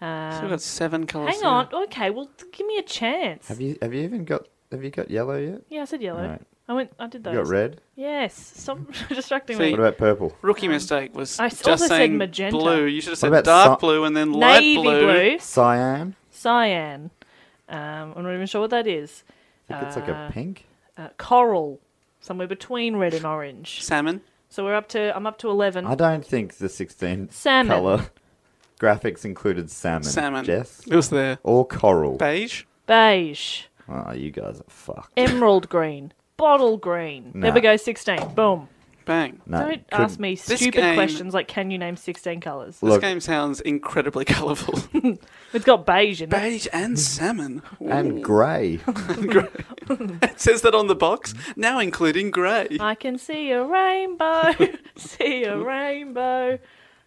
Speaker 5: So we've
Speaker 4: Um,
Speaker 5: got seven colours.
Speaker 4: hang on. Okay, well, th- give me a chance.
Speaker 1: Oh, Have you? Have you even got? Have you got yellow yet?
Speaker 4: Yeah, I said yellow.
Speaker 1: Alright.
Speaker 4: I went. I did those.
Speaker 1: You got red.
Speaker 4: Yes. Stop [laughs] distracting
Speaker 5: See,
Speaker 4: me.
Speaker 1: What about purple?
Speaker 5: Rookie mistake was
Speaker 4: Um, I
Speaker 5: just
Speaker 4: also said
Speaker 5: saying
Speaker 4: magenta.
Speaker 5: blue. You should have said
Speaker 1: about
Speaker 5: dark
Speaker 1: si-
Speaker 5: blue and then light
Speaker 4: Navy
Speaker 5: blue.
Speaker 4: blue.
Speaker 1: Cyan.
Speaker 4: cyan. Um, I'm not even sure what that is.
Speaker 1: I think it's like a
Speaker 4: Uh,
Speaker 1: pink.
Speaker 4: Uh, coral, somewhere between red and orange.
Speaker 5: Salmon.
Speaker 4: So we're up to. I'm up to eleven.
Speaker 1: I don't think the 16
Speaker 4: Salmon.
Speaker 1: color [laughs] graphics included salmon.
Speaker 5: Salmon.
Speaker 1: Jess.
Speaker 5: It was there.
Speaker 1: Or coral.
Speaker 5: Beige.
Speaker 4: Beige,
Speaker 1: Oh, you guys are fucked.
Speaker 4: emerald green, bottle green. There
Speaker 1: Nah.
Speaker 4: we go. Sixteen. Boom.
Speaker 5: Bang.
Speaker 1: No,
Speaker 4: Don't
Speaker 1: couldn't-
Speaker 4: ask me stupid
Speaker 5: game-
Speaker 4: questions like can you name 16 colours?
Speaker 5: This
Speaker 1: Look.
Speaker 5: game sounds incredibly [laughs] colourful.
Speaker 4: It's got beige in it.
Speaker 5: Beige and
Speaker 1: [laughs]
Speaker 5: salmon.
Speaker 1: And grey. [laughs]
Speaker 5: It says that on the box, now including grey.
Speaker 4: I can see a
Speaker 5: [laughs]
Speaker 4: rainbow, see a rainbow,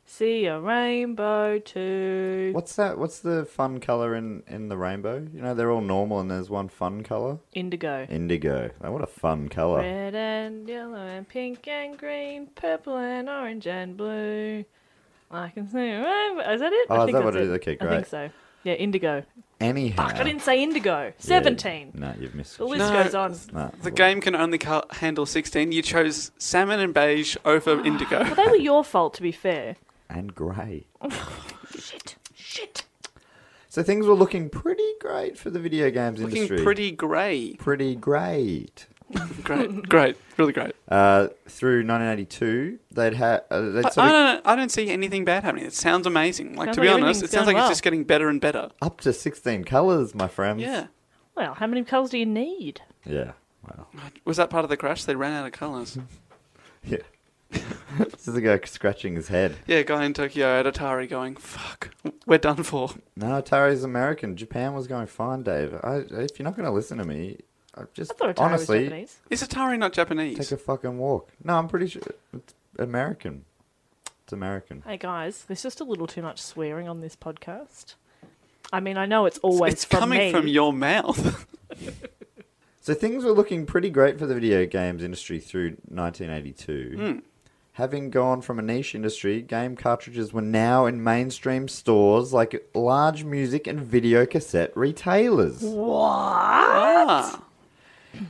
Speaker 4: see a rainbow too.
Speaker 1: What's that? What's the fun color in in the rainbow? You know, they're all normal, and there's one fun color.
Speaker 4: Indigo.
Speaker 1: Indigo. Now, what a fun color.
Speaker 4: Red and yellow and pink and green, purple and orange and blue. I can see a rainbow. Is that it?
Speaker 1: Oh, is
Speaker 4: I think
Speaker 1: that what
Speaker 4: that's
Speaker 1: it is? Okay,
Speaker 4: I
Speaker 1: great.
Speaker 4: think so. Yeah, indigo.
Speaker 1: Anyhow.
Speaker 4: Fuck, I didn't say indigo. 17.
Speaker 1: no, you've missed.
Speaker 4: The
Speaker 1: it.
Speaker 4: list
Speaker 5: No.
Speaker 4: goes on.
Speaker 1: No.
Speaker 5: The game can only co- handle 16. You chose salmon and beige
Speaker 4: [gasps]
Speaker 5: over indigo.
Speaker 4: Well, they were your fault, to be fair.
Speaker 1: And grey.
Speaker 4: Shit. Shit.
Speaker 1: So things were looking pretty great for the video games
Speaker 5: Looking
Speaker 1: industry.
Speaker 5: pretty grey.
Speaker 1: pretty great.
Speaker 5: Great, great, really great.
Speaker 1: Uh, through 1982, they'd had. Uh, they'd
Speaker 5: But
Speaker 1: sort
Speaker 5: I
Speaker 1: of
Speaker 5: don't, I don't see anything bad happening. It sounds amazing. Like
Speaker 4: Sounds
Speaker 5: to be
Speaker 4: like
Speaker 5: honest,
Speaker 4: everything's
Speaker 5: it sounds
Speaker 4: going
Speaker 5: like
Speaker 4: well.
Speaker 5: it's just getting better and better.
Speaker 1: up to 16 colors, my friends.
Speaker 5: Yeah,
Speaker 4: Well, how many colours do you need?
Speaker 1: Yeah. [laughs] Wow.
Speaker 5: Was that part of the crash? They ran out of colours.
Speaker 1: Yeah. [laughs] this is a guy scratching his head.
Speaker 5: yeah, guy in Tokyo at Atari going, fuck, we're done for.
Speaker 1: No, Atari's American. Japan was going fine, Dave. I, if you're not going to listen to me, I just
Speaker 4: I thought Atari
Speaker 1: honestly
Speaker 4: was Japanese.
Speaker 5: Is Atari not Japanese?
Speaker 1: take a fucking walk. No, I'm pretty sure it's American. It's American.
Speaker 4: Hey guys, there's just a little too much swearing on this podcast. I mean, I know it's always
Speaker 5: it's
Speaker 4: from
Speaker 5: coming
Speaker 4: me.
Speaker 5: from your
Speaker 4: [laughs]
Speaker 5: mouth.
Speaker 1: So things were looking pretty great for the video games industry through 1982. Having gone from a niche industry, game cartridges were now in mainstream stores like large music and video cassette retailers.
Speaker 5: ah,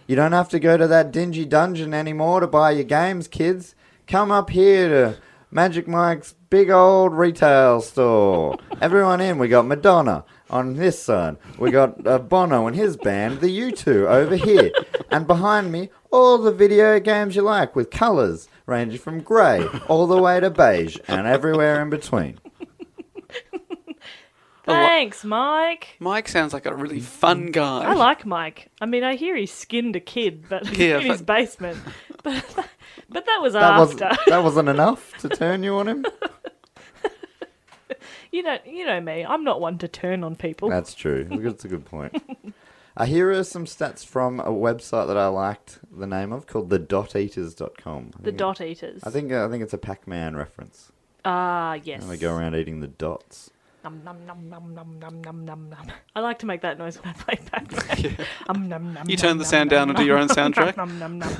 Speaker 1: You don't have to go to that dingy dungeon anymore to buy your games, kids. Come up here to Magic Mike's big old retail store. Everyone in. We got Madonna on this side. We got uh, Bono and his band, the U2, over here. And behind me, all the video games you like with colours ranging from grey all the way to beige and everywhere in between.
Speaker 4: Thanks, Mike.
Speaker 5: Mike sounds like a really fun
Speaker 1: Mm.
Speaker 5: guy.
Speaker 4: I like Mike. I mean, I hear he skinned a kid, but [laughs]
Speaker 5: Yeah,
Speaker 4: in his
Speaker 5: but-
Speaker 4: basement. [laughs] But, but that was
Speaker 1: That
Speaker 4: after. [laughs]
Speaker 1: wasn't, that wasn't enough to turn you on him?
Speaker 4: You know, you know me. I'm not one to turn on people.
Speaker 1: That's true. That's a good point. [laughs] Uh, here are some stats from a website that I liked the name of called thedoteaters.com. I
Speaker 4: the
Speaker 1: think-
Speaker 4: dot eaters.
Speaker 1: I think uh, I think it's a Pac-Man reference.
Speaker 4: Ah, yes.
Speaker 1: And they go around eating the dots.
Speaker 4: Nom, nom, nom, nom, nom, nom, nom, nom, nom. I like to make that noise when I play Pac-Man. Um, nom, nom,
Speaker 5: You
Speaker 4: nom,
Speaker 5: turn the
Speaker 4: nom,
Speaker 5: sound
Speaker 4: nom,
Speaker 5: down and do
Speaker 4: nom,
Speaker 5: your own
Speaker 4: nom, nom, [laughs]
Speaker 5: soundtrack?
Speaker 4: Nom, nom, nom.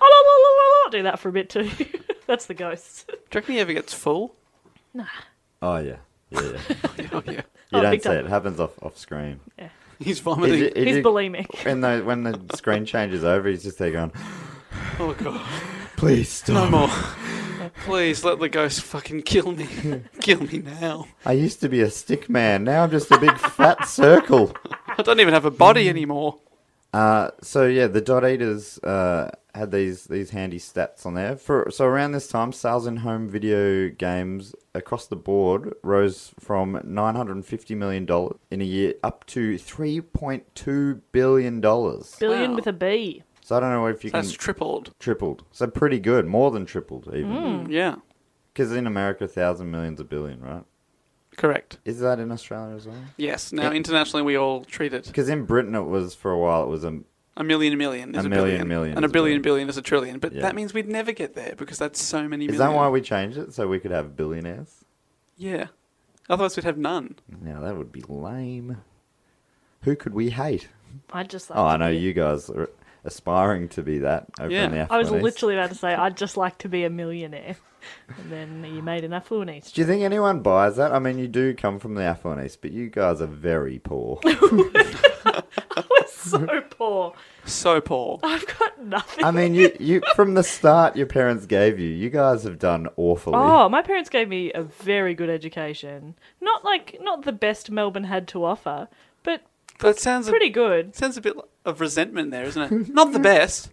Speaker 4: Oh, la, la, la, la, la. Do that for a bit too. [laughs] That's the ghost.
Speaker 5: Do you reckon he ever gets
Speaker 4: [laughs]
Speaker 5: full?
Speaker 1: Oh yeah, yeah. yeah.
Speaker 5: Oh, yeah.
Speaker 1: You
Speaker 4: Oh,
Speaker 1: don't
Speaker 4: big
Speaker 1: see
Speaker 4: time.
Speaker 1: it. It happens off off screen.
Speaker 5: He's
Speaker 1: It-
Speaker 5: vomiting.
Speaker 1: it- it-
Speaker 4: He's
Speaker 1: it-
Speaker 4: bulimic.
Speaker 1: when the when the
Speaker 4: [laughs]
Speaker 1: screen changes over, he's just there going,
Speaker 5: Oh, God.
Speaker 1: "Please stop."
Speaker 5: No more. Please let the ghost fucking kill me.
Speaker 1: [laughs]
Speaker 5: kill me now.
Speaker 1: I used to be a stick man. Now I'm just a big fat [laughs] circle.
Speaker 5: I don't even have a
Speaker 1: Mm.
Speaker 5: body anymore.
Speaker 1: Uh, so yeah, the dot eaters uh, had these these handy stats on there. For so around this time, sales in home video games across the board rose from nine hundred and fifty million dollars in a year up to three point two billion dollars.
Speaker 4: Billion
Speaker 5: Wow.
Speaker 4: with a B.
Speaker 1: So I don't know if you
Speaker 5: That's
Speaker 1: can
Speaker 5: tripled.
Speaker 1: tripled. So pretty good, more than tripled even.
Speaker 4: Mm.
Speaker 5: Yeah.
Speaker 1: Because in America, a thousand million's a billion, right?
Speaker 5: Correct.
Speaker 1: Is that in Australia as well?
Speaker 5: Yes. Now,
Speaker 1: Yeah.
Speaker 5: internationally, we all treat it.
Speaker 1: Because in Britain, it was for a while. It was a
Speaker 5: A million, a million is
Speaker 1: A
Speaker 5: a,
Speaker 1: million,
Speaker 5: billion.
Speaker 1: million
Speaker 5: and a
Speaker 1: is a
Speaker 5: billion,
Speaker 1: billion.
Speaker 5: billion is a trillion. But
Speaker 1: Yeah.
Speaker 5: that means we'd never get there because that's so many
Speaker 1: is
Speaker 5: million.
Speaker 1: that why we changed it so we could have billionaires?
Speaker 5: Yeah. Otherwise, we'd have none.
Speaker 1: Now that would be lame. Who could we hate?
Speaker 4: I'd just like
Speaker 1: Oh,
Speaker 4: to
Speaker 1: I know
Speaker 4: be-
Speaker 1: you guys are aspiring to be that over
Speaker 5: Yeah.
Speaker 1: in the E
Speaker 4: I was
Speaker 1: Affluent East.
Speaker 4: literally about to say, I'd just like to be a millionaire. And then you made an affluent east.
Speaker 1: Do you think anyone buys that? I mean, you do come from the affluent east, but you guys are very
Speaker 4: [laughs]
Speaker 1: poor.
Speaker 4: We're
Speaker 1: [laughs]
Speaker 4: so poor.
Speaker 5: So poor.
Speaker 4: I've got nothing.
Speaker 1: I mean, you, you from the start your parents gave you. You guys have done awfully.
Speaker 4: Oh, my parents gave me a very good education. Not like not the best Melbourne had to offer, but
Speaker 5: That sounds a,
Speaker 4: pretty good.
Speaker 5: sounds a bit of resentment there, isn't it? Not the best.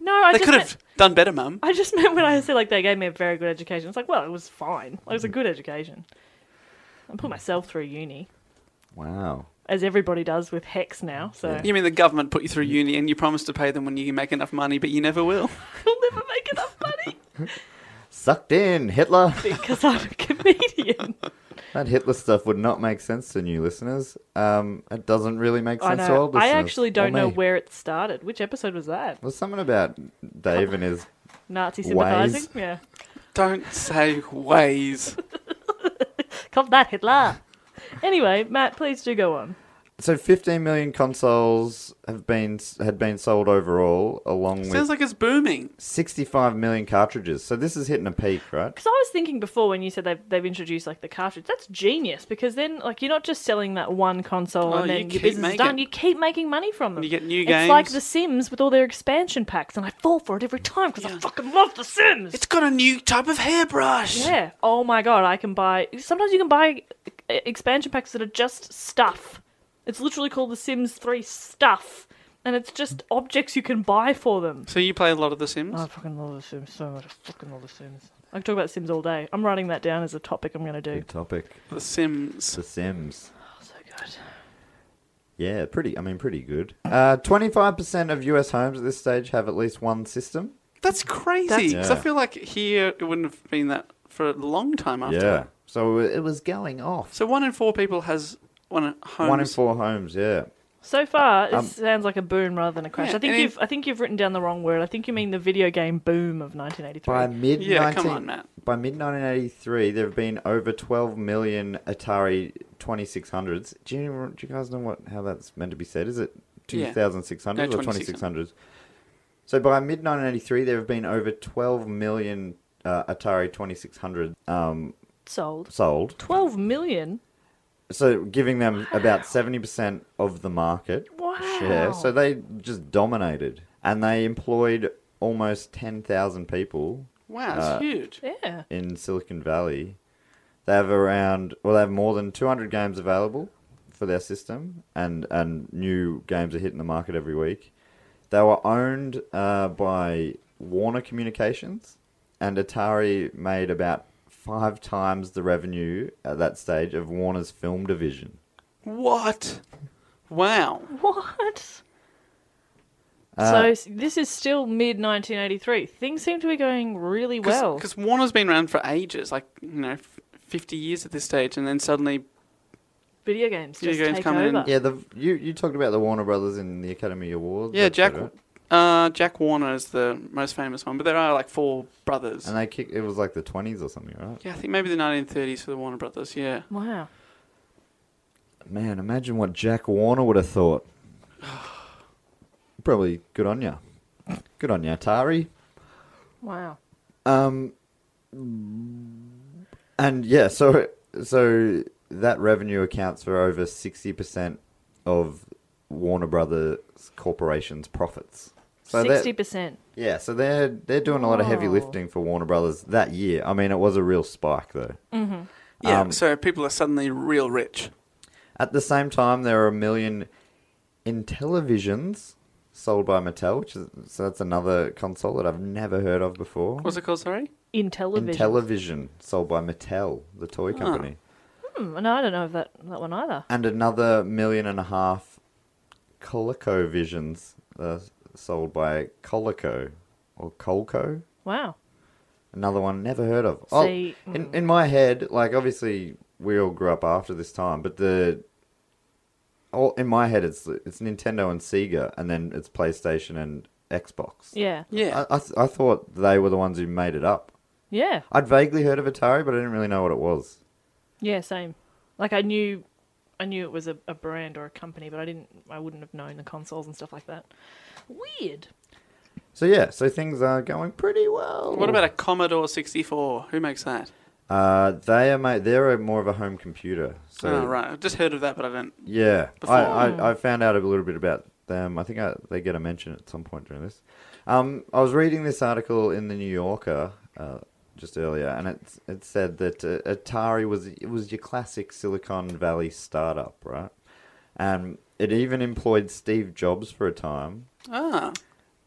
Speaker 4: [laughs] No, I
Speaker 5: They
Speaker 4: just
Speaker 5: could
Speaker 4: meant-
Speaker 5: have done better, mum.
Speaker 4: I just [laughs] meant when I said like they gave me a very good education. It's like, well, it was fine. It was a good education. I put myself through uni,
Speaker 1: Wow.
Speaker 4: as everybody does with hex now. So
Speaker 5: You mean the government put you through uni and you promise to pay them when you make enough money, but you never will?
Speaker 4: [laughs]
Speaker 5: [laughs]
Speaker 4: you'll never make enough money
Speaker 1: Sucked in, Hitler.
Speaker 4: [laughs] because I'm a [laughs] comedian.
Speaker 1: that Hitler stuff would not make sense to new listeners. Um, it doesn't really make
Speaker 4: I
Speaker 1: sense to
Speaker 4: know.
Speaker 1: old
Speaker 4: I
Speaker 1: listeners.
Speaker 4: actually
Speaker 1: or
Speaker 4: don't know
Speaker 1: me.
Speaker 4: where it started. Which episode was that?
Speaker 1: There's something about Dave and his
Speaker 4: Nazi
Speaker 1: Ways.
Speaker 4: sympathising. Yeah,
Speaker 5: Don't say ways.
Speaker 4: called that [laughs] Hitler. Anyway, Matt, please do go on.
Speaker 1: So 15 million consoles have been had been sold overall, along
Speaker 5: Sounds
Speaker 1: with
Speaker 5: like it's booming.
Speaker 1: 65 million cartridges. So this is hitting a peak, right?
Speaker 4: Because I was thinking before when you said they've, they've introduced like the cartridge, that's genius. Because then like you're not just selling that one console
Speaker 5: Oh,
Speaker 4: and
Speaker 5: you
Speaker 4: then
Speaker 5: keep
Speaker 4: your business is done.
Speaker 5: making-
Speaker 4: You keep making money from them.
Speaker 5: you get new
Speaker 4: it's like
Speaker 5: games.
Speaker 4: The Sims with all their expansion packs, and I fall for it every time because I fucking love The Sims.
Speaker 5: It's got a new type of hairbrush.
Speaker 4: yeah. Oh my god, I can buy. Sometimes you can buy e- expansion packs that are just stuff. It's literally called The Sims Three Stuff, and it's just objects you can buy for them.
Speaker 5: So you play a lot of The Sims?
Speaker 4: Oh, I fucking love The Sims so much. I fucking love The Sims. I can talk about Sims all day. I'm writing that down as a topic I'm going to do.
Speaker 1: Good topic.
Speaker 5: The Sims.
Speaker 1: The Sims.
Speaker 4: So good.
Speaker 1: Yeah, pretty. I mean, pretty good. Uh, Twenty-five percent of U.S. homes at this stage have at least one system.
Speaker 5: That's crazy. Because I
Speaker 1: Yeah.
Speaker 5: feel like here it wouldn't have been that for a long time after.
Speaker 1: Yeah,
Speaker 5: that.
Speaker 1: so it was going off.
Speaker 5: So one in four people has one home.
Speaker 1: One in four homes. Yeah.
Speaker 4: So far, it
Speaker 1: Um,
Speaker 4: sounds like a boom rather than a crash.
Speaker 5: Yeah,
Speaker 4: I think
Speaker 5: and it-
Speaker 4: you've I think you've written down the wrong word. I think you mean the video game boom of 1983.
Speaker 1: By mid
Speaker 5: Yeah, come on, Matt.
Speaker 1: By mid nineteen eighty three, there have been over twelve million Atari twenty six hundreds. Do you do you guys know what how that's meant to be said? Is it two
Speaker 5: Yeah.
Speaker 1: thousand six hundreds
Speaker 5: No,
Speaker 1: or twenty six hundreds? So by mid nineteen eighty three, there have been over twelve million uh, Atari twenty six hundred um,
Speaker 4: Sold
Speaker 1: sold.
Speaker 4: 12 million.
Speaker 1: So giving them about seventy percent of the market
Speaker 4: Wow.
Speaker 1: share. So they just dominated, and they employed almost ten thousand people
Speaker 5: Wow, that's
Speaker 1: Uh,
Speaker 5: huge.
Speaker 4: Yeah.
Speaker 1: in Silicon Valley. They have around, well, they have more than 200 games available for their system, and, and new games are hitting the market every week. They were owned uh, by Warner Communications, and Atari made about five times the revenue at that stage of Warner's film division.
Speaker 5: What? Wow.
Speaker 4: What? so s- this is still mid 1983. Things seem to be going really well.
Speaker 5: Because Warner's been around for ages, like, you know, f- 50 years at this stage, and then suddenly,
Speaker 4: Video games
Speaker 5: Video
Speaker 4: just
Speaker 5: games
Speaker 4: take
Speaker 5: come in.
Speaker 4: over.
Speaker 1: Yeah, the you, you talked about the Warner Brothers in the Academy Awards.
Speaker 5: yeah, Jack,
Speaker 1: episode, right?
Speaker 5: uh, Jack Warner is the most famous one, but there are like four brothers.
Speaker 1: And they kicked, it was like the 20s or something, right?
Speaker 5: yeah, I think maybe the 1930s for the Warner brothers. Yeah,
Speaker 4: Wow.
Speaker 1: Man, imagine what Jack Warner would have thought. Probably good on ya. Good on ya, Atari.
Speaker 4: Wow.
Speaker 1: Um, and yeah, so so that revenue accounts for over sixty percent of Warner Brothers Corporation's profits. So they're-
Speaker 4: 60%.
Speaker 1: yeah, so they're they're doing a lot of heavy
Speaker 4: Wow.
Speaker 1: lifting for Warner Brothers that year. I mean, it was a real spike though.
Speaker 5: yeah.
Speaker 1: Um,
Speaker 5: so people are suddenly real rich.
Speaker 1: At the same time, there are a million Intellivisions sold by Mattel, which is so that's another console that I've never heard of before.
Speaker 5: What's it called? Sorry.
Speaker 4: In television.
Speaker 1: Intellivision sold by Mattel, the toy company,
Speaker 4: Hmm, no, I don't know of that, that one either.
Speaker 1: and another million and a half ColecoVisions uh, sold by Coleco or Colco.
Speaker 4: Wow.
Speaker 1: Another one never heard of.
Speaker 4: See,
Speaker 1: oh, in, in my head, like obviously we all grew up after this time, but the all in my head it's it's Nintendo and Sega, and then it's PlayStation and Xbox.
Speaker 4: Yeah.
Speaker 5: Yeah.
Speaker 1: I I, th- I thought they were the ones who made it up.
Speaker 4: Yeah.
Speaker 1: I'd vaguely heard of Atari, but I didn't really know what it was.
Speaker 4: Yeah, same. Like I knew I knew it was a, a brand or a company, but I didn't I wouldn't have known the consoles and stuff like that. Weird.
Speaker 1: So yeah, so things are going pretty well.
Speaker 5: what about a Commodore 64? Who makes that?
Speaker 1: Uh, they are made. They're more of a home computer. So
Speaker 5: oh, right. I've just heard of that, but I don't.
Speaker 1: Yeah,
Speaker 5: Before-
Speaker 1: I, I, I found out a little bit about them. I think I, they get a mention at some point during this. Um, I was reading this article in the New Yorker uh, just earlier, and it it said that uh, Atari was it was your classic Silicon Valley startup, right? And it even employed Steve Jobs for a time.
Speaker 5: Ah,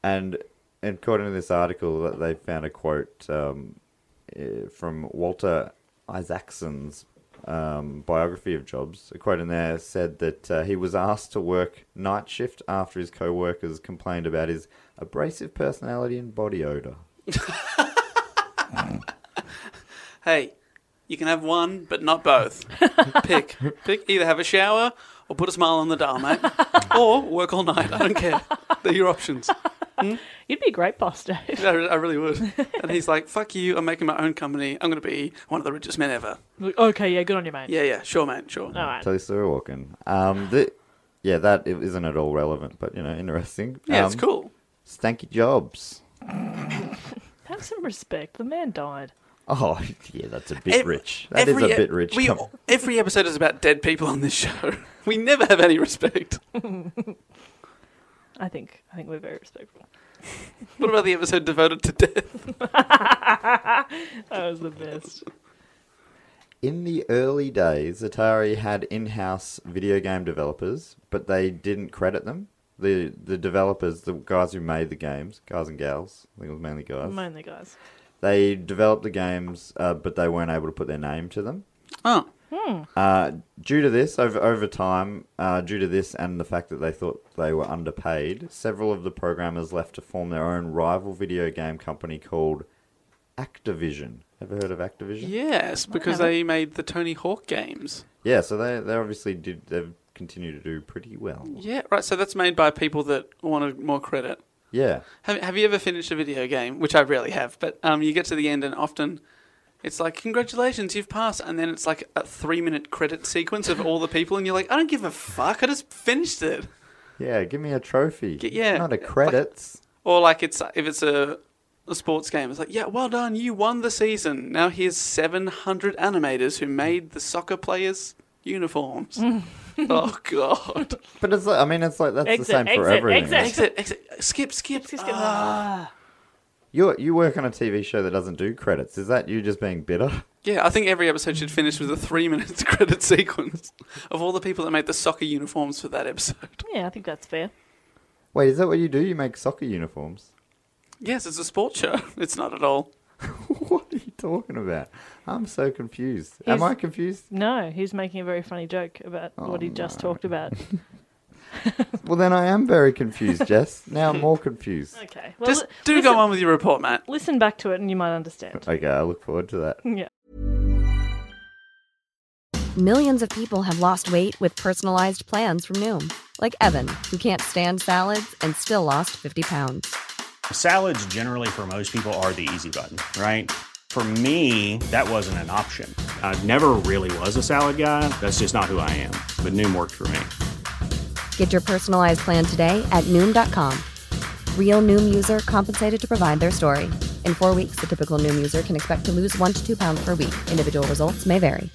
Speaker 1: And according to this article, that they found a quote um, eh, from Walter Isaacson's um, biography of Jobs. A quote in there said that uh, he was asked to work night shift after his co-workers complained about his abrasive personality and body odor.
Speaker 5: hey, you can have one, but
Speaker 1: [laughs]
Speaker 5: not both. Pick. Pick. Either have a shower or put a smile on the
Speaker 1: [laughs]
Speaker 5: dial, mate. or work all night. I don't care. They're your options.
Speaker 4: You'd be a great boss, Dave.
Speaker 5: I, I really would. And he's like, fuck you, I'm making my own company. I'm going to be one of the richest men ever.
Speaker 4: Like, [laughs] okay, yeah, good on you, mate.
Speaker 5: Yeah, yeah, sure, man, sure.
Speaker 4: All right.
Speaker 1: So they started walking. Um, the, yeah, that i- isn't at all relevant, but you know, interesting.
Speaker 5: yeah, it's
Speaker 1: Um,
Speaker 5: cool.
Speaker 1: Stanky Jobs.
Speaker 4: Have some respect. The man died.
Speaker 1: Oh, [laughs] yeah, that's a bit rich. That is
Speaker 5: every
Speaker 1: a
Speaker 5: e-
Speaker 1: bit rich.
Speaker 5: We,
Speaker 1: Come on.
Speaker 5: every episode is about dead people on this show. [laughs] We never have any respect.
Speaker 4: I think I think we're very respectful.
Speaker 5: What about the episode devoted to death?
Speaker 4: That was the best.
Speaker 1: In the early days, Atari had in-house video game developers, but they didn't credit them. The the developers, the guys who made the games, guys and gals, I think it was mainly guys.
Speaker 4: Mainly guys.
Speaker 1: They developed the games, uh, but they weren't able to put their name to them.
Speaker 5: Oh,
Speaker 1: Uh, due to this, over over time, uh, due to this and the fact that they thought they were underpaid, several of the programmers left to form their own rival video game company called Activision. Ever heard of Activision?
Speaker 5: Yes, because they made the Tony Hawk games.
Speaker 1: Yeah, so they they obviously did they've continued to do pretty well.
Speaker 5: Yeah, right. So that's made by people that wanted more credit.
Speaker 1: Yeah.
Speaker 5: Have, have you ever finished a video game? Which I rarely have, but um, you get to the end and often it's like, congratulations, you've passed. And then it's like a three minute credit sequence of all the people, and you're like, I don't give a fuck, I just finished it.
Speaker 1: Yeah, give me a trophy.
Speaker 5: G- yeah,
Speaker 1: Not a
Speaker 5: like-
Speaker 1: credits.
Speaker 5: Or like it's if it's a, a sports game, it's like, yeah, well done, you won the season. Now here's 700 animators who made the soccer players' uniforms. oh, [laughs] God.
Speaker 1: But it's like, I mean it's like that's
Speaker 4: Exit,
Speaker 1: the same for
Speaker 4: exit,
Speaker 1: everything.
Speaker 4: exit.
Speaker 1: right?
Speaker 5: Exit, exit, skip, skip.
Speaker 4: Just get-
Speaker 5: Ah.
Speaker 1: You you work on a TV show that doesn't do credits. Is that you just being bitter? [laughs]
Speaker 5: Yeah, I think every episode should finish with a three minute [laughs] credit sequence of all the people that made the soccer uniforms for that episode.
Speaker 4: yeah, I think that's fair.
Speaker 1: Wait, is that what you do? You make soccer uniforms? [laughs]
Speaker 5: Yes, it's a sports show. [laughs] It's not at all.
Speaker 1: what are you talking about? I'm so confused.
Speaker 4: He's-
Speaker 1: Am I confused?
Speaker 4: No, he was making a very funny joke about
Speaker 5: Oh,
Speaker 4: what he just talked
Speaker 5: [laughs]
Speaker 4: about.
Speaker 1: Well, then I am very confused, Jess. Now
Speaker 5: [laughs]
Speaker 1: I'm more confused.
Speaker 4: Okay, well,
Speaker 5: Just
Speaker 4: li-
Speaker 5: do
Speaker 4: listen,
Speaker 5: go on with your report, Matt.
Speaker 4: Listen back to it, and you might understand.
Speaker 1: Okay, I look forward to that.
Speaker 4: Yeah.
Speaker 2: Millions of people have lost weight with personalized plans from Noom, like Evan, who can't stand salads and still lost 50 pounds.
Speaker 3: Salads, generally, for most people, are the easy button, right? For me, that wasn't an option. I never really was a salad guy. That's just not who I am. But Noom worked for me.
Speaker 2: Get your personalized plan today at Noom.com. Real Noom user compensated to provide their story. In four weeks, the typical Noom user can expect to lose one to two pounds per week. Individual results may vary.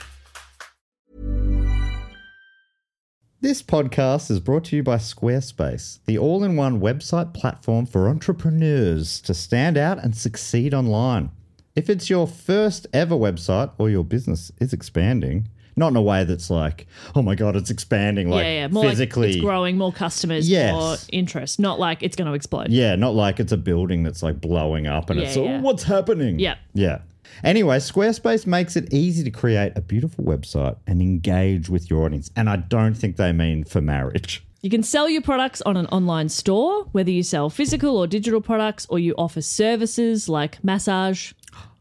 Speaker 6: This podcast is brought to you by Squarespace, the all in one website platform for entrepreneurs to stand out and succeed online. If it's your first ever website or your business is expanding, not in a way that's like, oh my God, it's expanding, like
Speaker 7: yeah, yeah. More
Speaker 6: physically.
Speaker 7: like it's growing, more customers,
Speaker 6: Yes.
Speaker 7: more interest. Not like it's going to explode.
Speaker 6: Yeah, not like it's a building that's like blowing up and
Speaker 7: Yeah,
Speaker 6: it's, oh,
Speaker 7: yeah.
Speaker 6: what's happening?
Speaker 7: Yeah.
Speaker 6: Yeah. Anyway, Squarespace makes it easy to create a beautiful website and engage with your audience. And I don't think they mean for marriage.
Speaker 7: You can sell your products on an online store, whether you sell physical or digital products, or you offer services like massage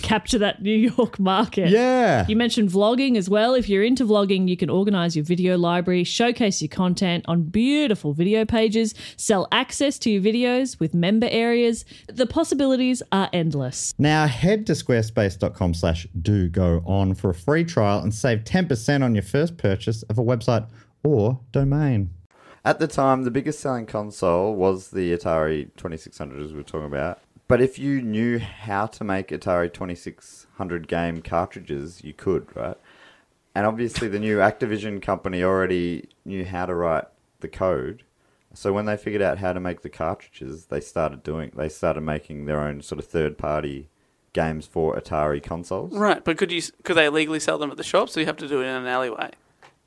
Speaker 7: Capture that New York market.
Speaker 6: Yeah.
Speaker 7: You mentioned vlogging as well. If you're into vlogging, you can organize your video library, showcase your content on beautiful video pages, sell access to your videos with member areas. The possibilities are endless.
Speaker 6: Now head to squarespace.com slash do go on for a free trial and save 10% on your first purchase of a website or domain.
Speaker 1: At the time, the biggest selling console was the Atari 2600, as we were talking about. But if you knew how to make Atari 2600 game cartridges, you could, right? And obviously, the new Activision company already knew how to write the code. So when they figured out how to make the cartridges, they started doing. They started making their own sort of third-party games for Atari consoles.
Speaker 5: Right, but could you could they legally sell them at the shops, or you have to do it in an alleyway?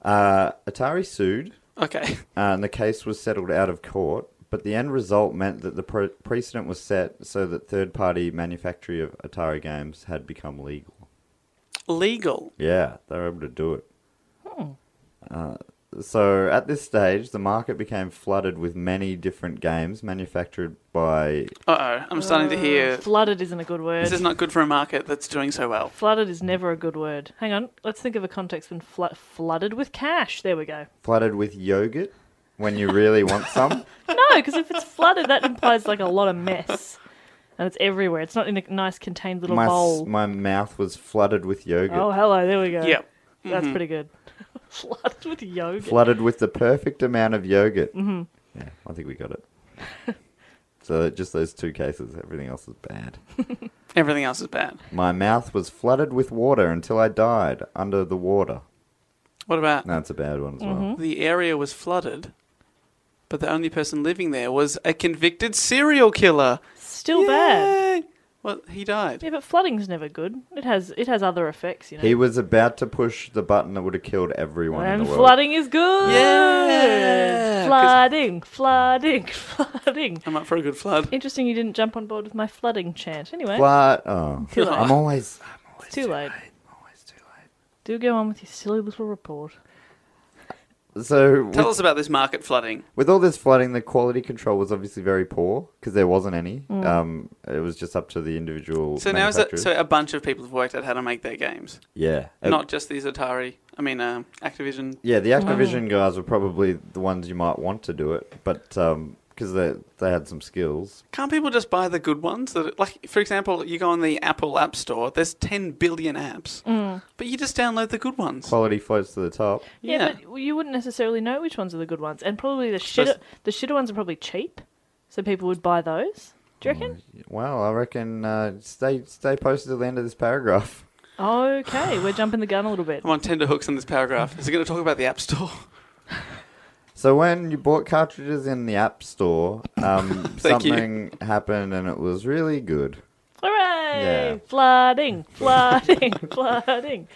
Speaker 1: Uh, Atari sued
Speaker 5: Okay, [laughs]
Speaker 1: uh, and the case was settled out of court. But the end result meant that the pre- precedent was set so that third party manufacture of Atari games had become legal.
Speaker 5: legal.
Speaker 1: Yeah, they were able to do it.
Speaker 4: Hmm.
Speaker 1: Uh, so at this stage, the market became flooded with many different games manufactured by.
Speaker 5: Uh oh, I'm starting to hear
Speaker 4: Flooded isn't a good word.
Speaker 5: this is not good for a market that's doing so well.
Speaker 4: Flooded is never a good word. Hang on, let's think of a context when flo- flooded with cash. There we go. [laughs]
Speaker 1: flooded with yogurt when you really want some.
Speaker 4: No, because if it's flooded, that implies like a lot of mess, and it's everywhere. It's not in a nice contained [laughs] little
Speaker 1: my, s-
Speaker 4: bowl.
Speaker 1: my mouth was flooded with yogurt.
Speaker 4: Oh, hello. There we go.
Speaker 5: Yep. Mm-hmm.
Speaker 4: That's pretty good. [laughs] flooded with yogurt.
Speaker 5: Mm-hmm.
Speaker 1: Flooded with the perfect amount of yogurt. Yeah, I think we got it. [laughs] So just those two cases, everything else is bad.
Speaker 5: Everything else is bad.
Speaker 1: My mouth was flooded with water until I died under the water.
Speaker 5: What about
Speaker 1: That's a bad one as well.
Speaker 5: the area was flooded, but the only person living there was a convicted serial killer.
Speaker 4: Still bad.
Speaker 5: Yay! Well, he died.
Speaker 4: Yeah, but flooding's never good. It has it has other effects, you know.
Speaker 1: He was about to push the button that would have killed everyone in
Speaker 4: and
Speaker 1: the world.
Speaker 4: flooding is good.
Speaker 5: Yeah, 'cause-
Speaker 4: Flooding, flooding, [laughs] flooding.
Speaker 5: I'm up for a good flood.
Speaker 4: Interesting you didn't jump on board with my flooding chant. Anyway,
Speaker 1: Fla- oh. I'm always. I'm always
Speaker 4: too late.
Speaker 1: Always too late.
Speaker 4: Do go on with your silly little report.
Speaker 1: So with,
Speaker 5: Tell us about this market flooding.
Speaker 1: with all this flooding, the quality control was obviously very poor because there wasn't any.
Speaker 5: Mm.
Speaker 1: Um, it was just up to the individual.
Speaker 5: So now is that
Speaker 1: manufacturers. Uh,
Speaker 5: so a bunch of people have worked out how to make their games,
Speaker 1: yeah, It-
Speaker 5: not just these Atari. I mean, um, Activision.
Speaker 1: Yeah, the Activision guys were probably the ones you might want to do it, but because they they had some skills.
Speaker 5: Can't people just buy the good ones? That like, for example, you go on the Apple App Store. There's 10 billion apps, but you just download the good ones.
Speaker 1: Quality floats to the top.
Speaker 4: Mm. Yeah,
Speaker 5: Yeah.
Speaker 4: but you wouldn't necessarily know which ones are the good ones, and probably the shitter
Speaker 5: Suppose-
Speaker 4: the shitter ones are probably cheap, so people would buy those. Do you reckon?
Speaker 1: Well, I reckon uh, stay stay posted till the end of this paragraph.
Speaker 4: Okay, we're jumping the gun
Speaker 1: [sighs]
Speaker 4: a little bit.
Speaker 5: I'm on tender hooks in this paragraph. Is it going to talk about the App
Speaker 4: [laughs]
Speaker 5: Store?
Speaker 1: So when you bought cartridges in the App Store, um,
Speaker 5: [laughs] Thank you.
Speaker 1: something happened and it was really good.
Speaker 4: Hooray!
Speaker 1: Yeah. [laughs]
Speaker 4: Flooding, flooding, flooding.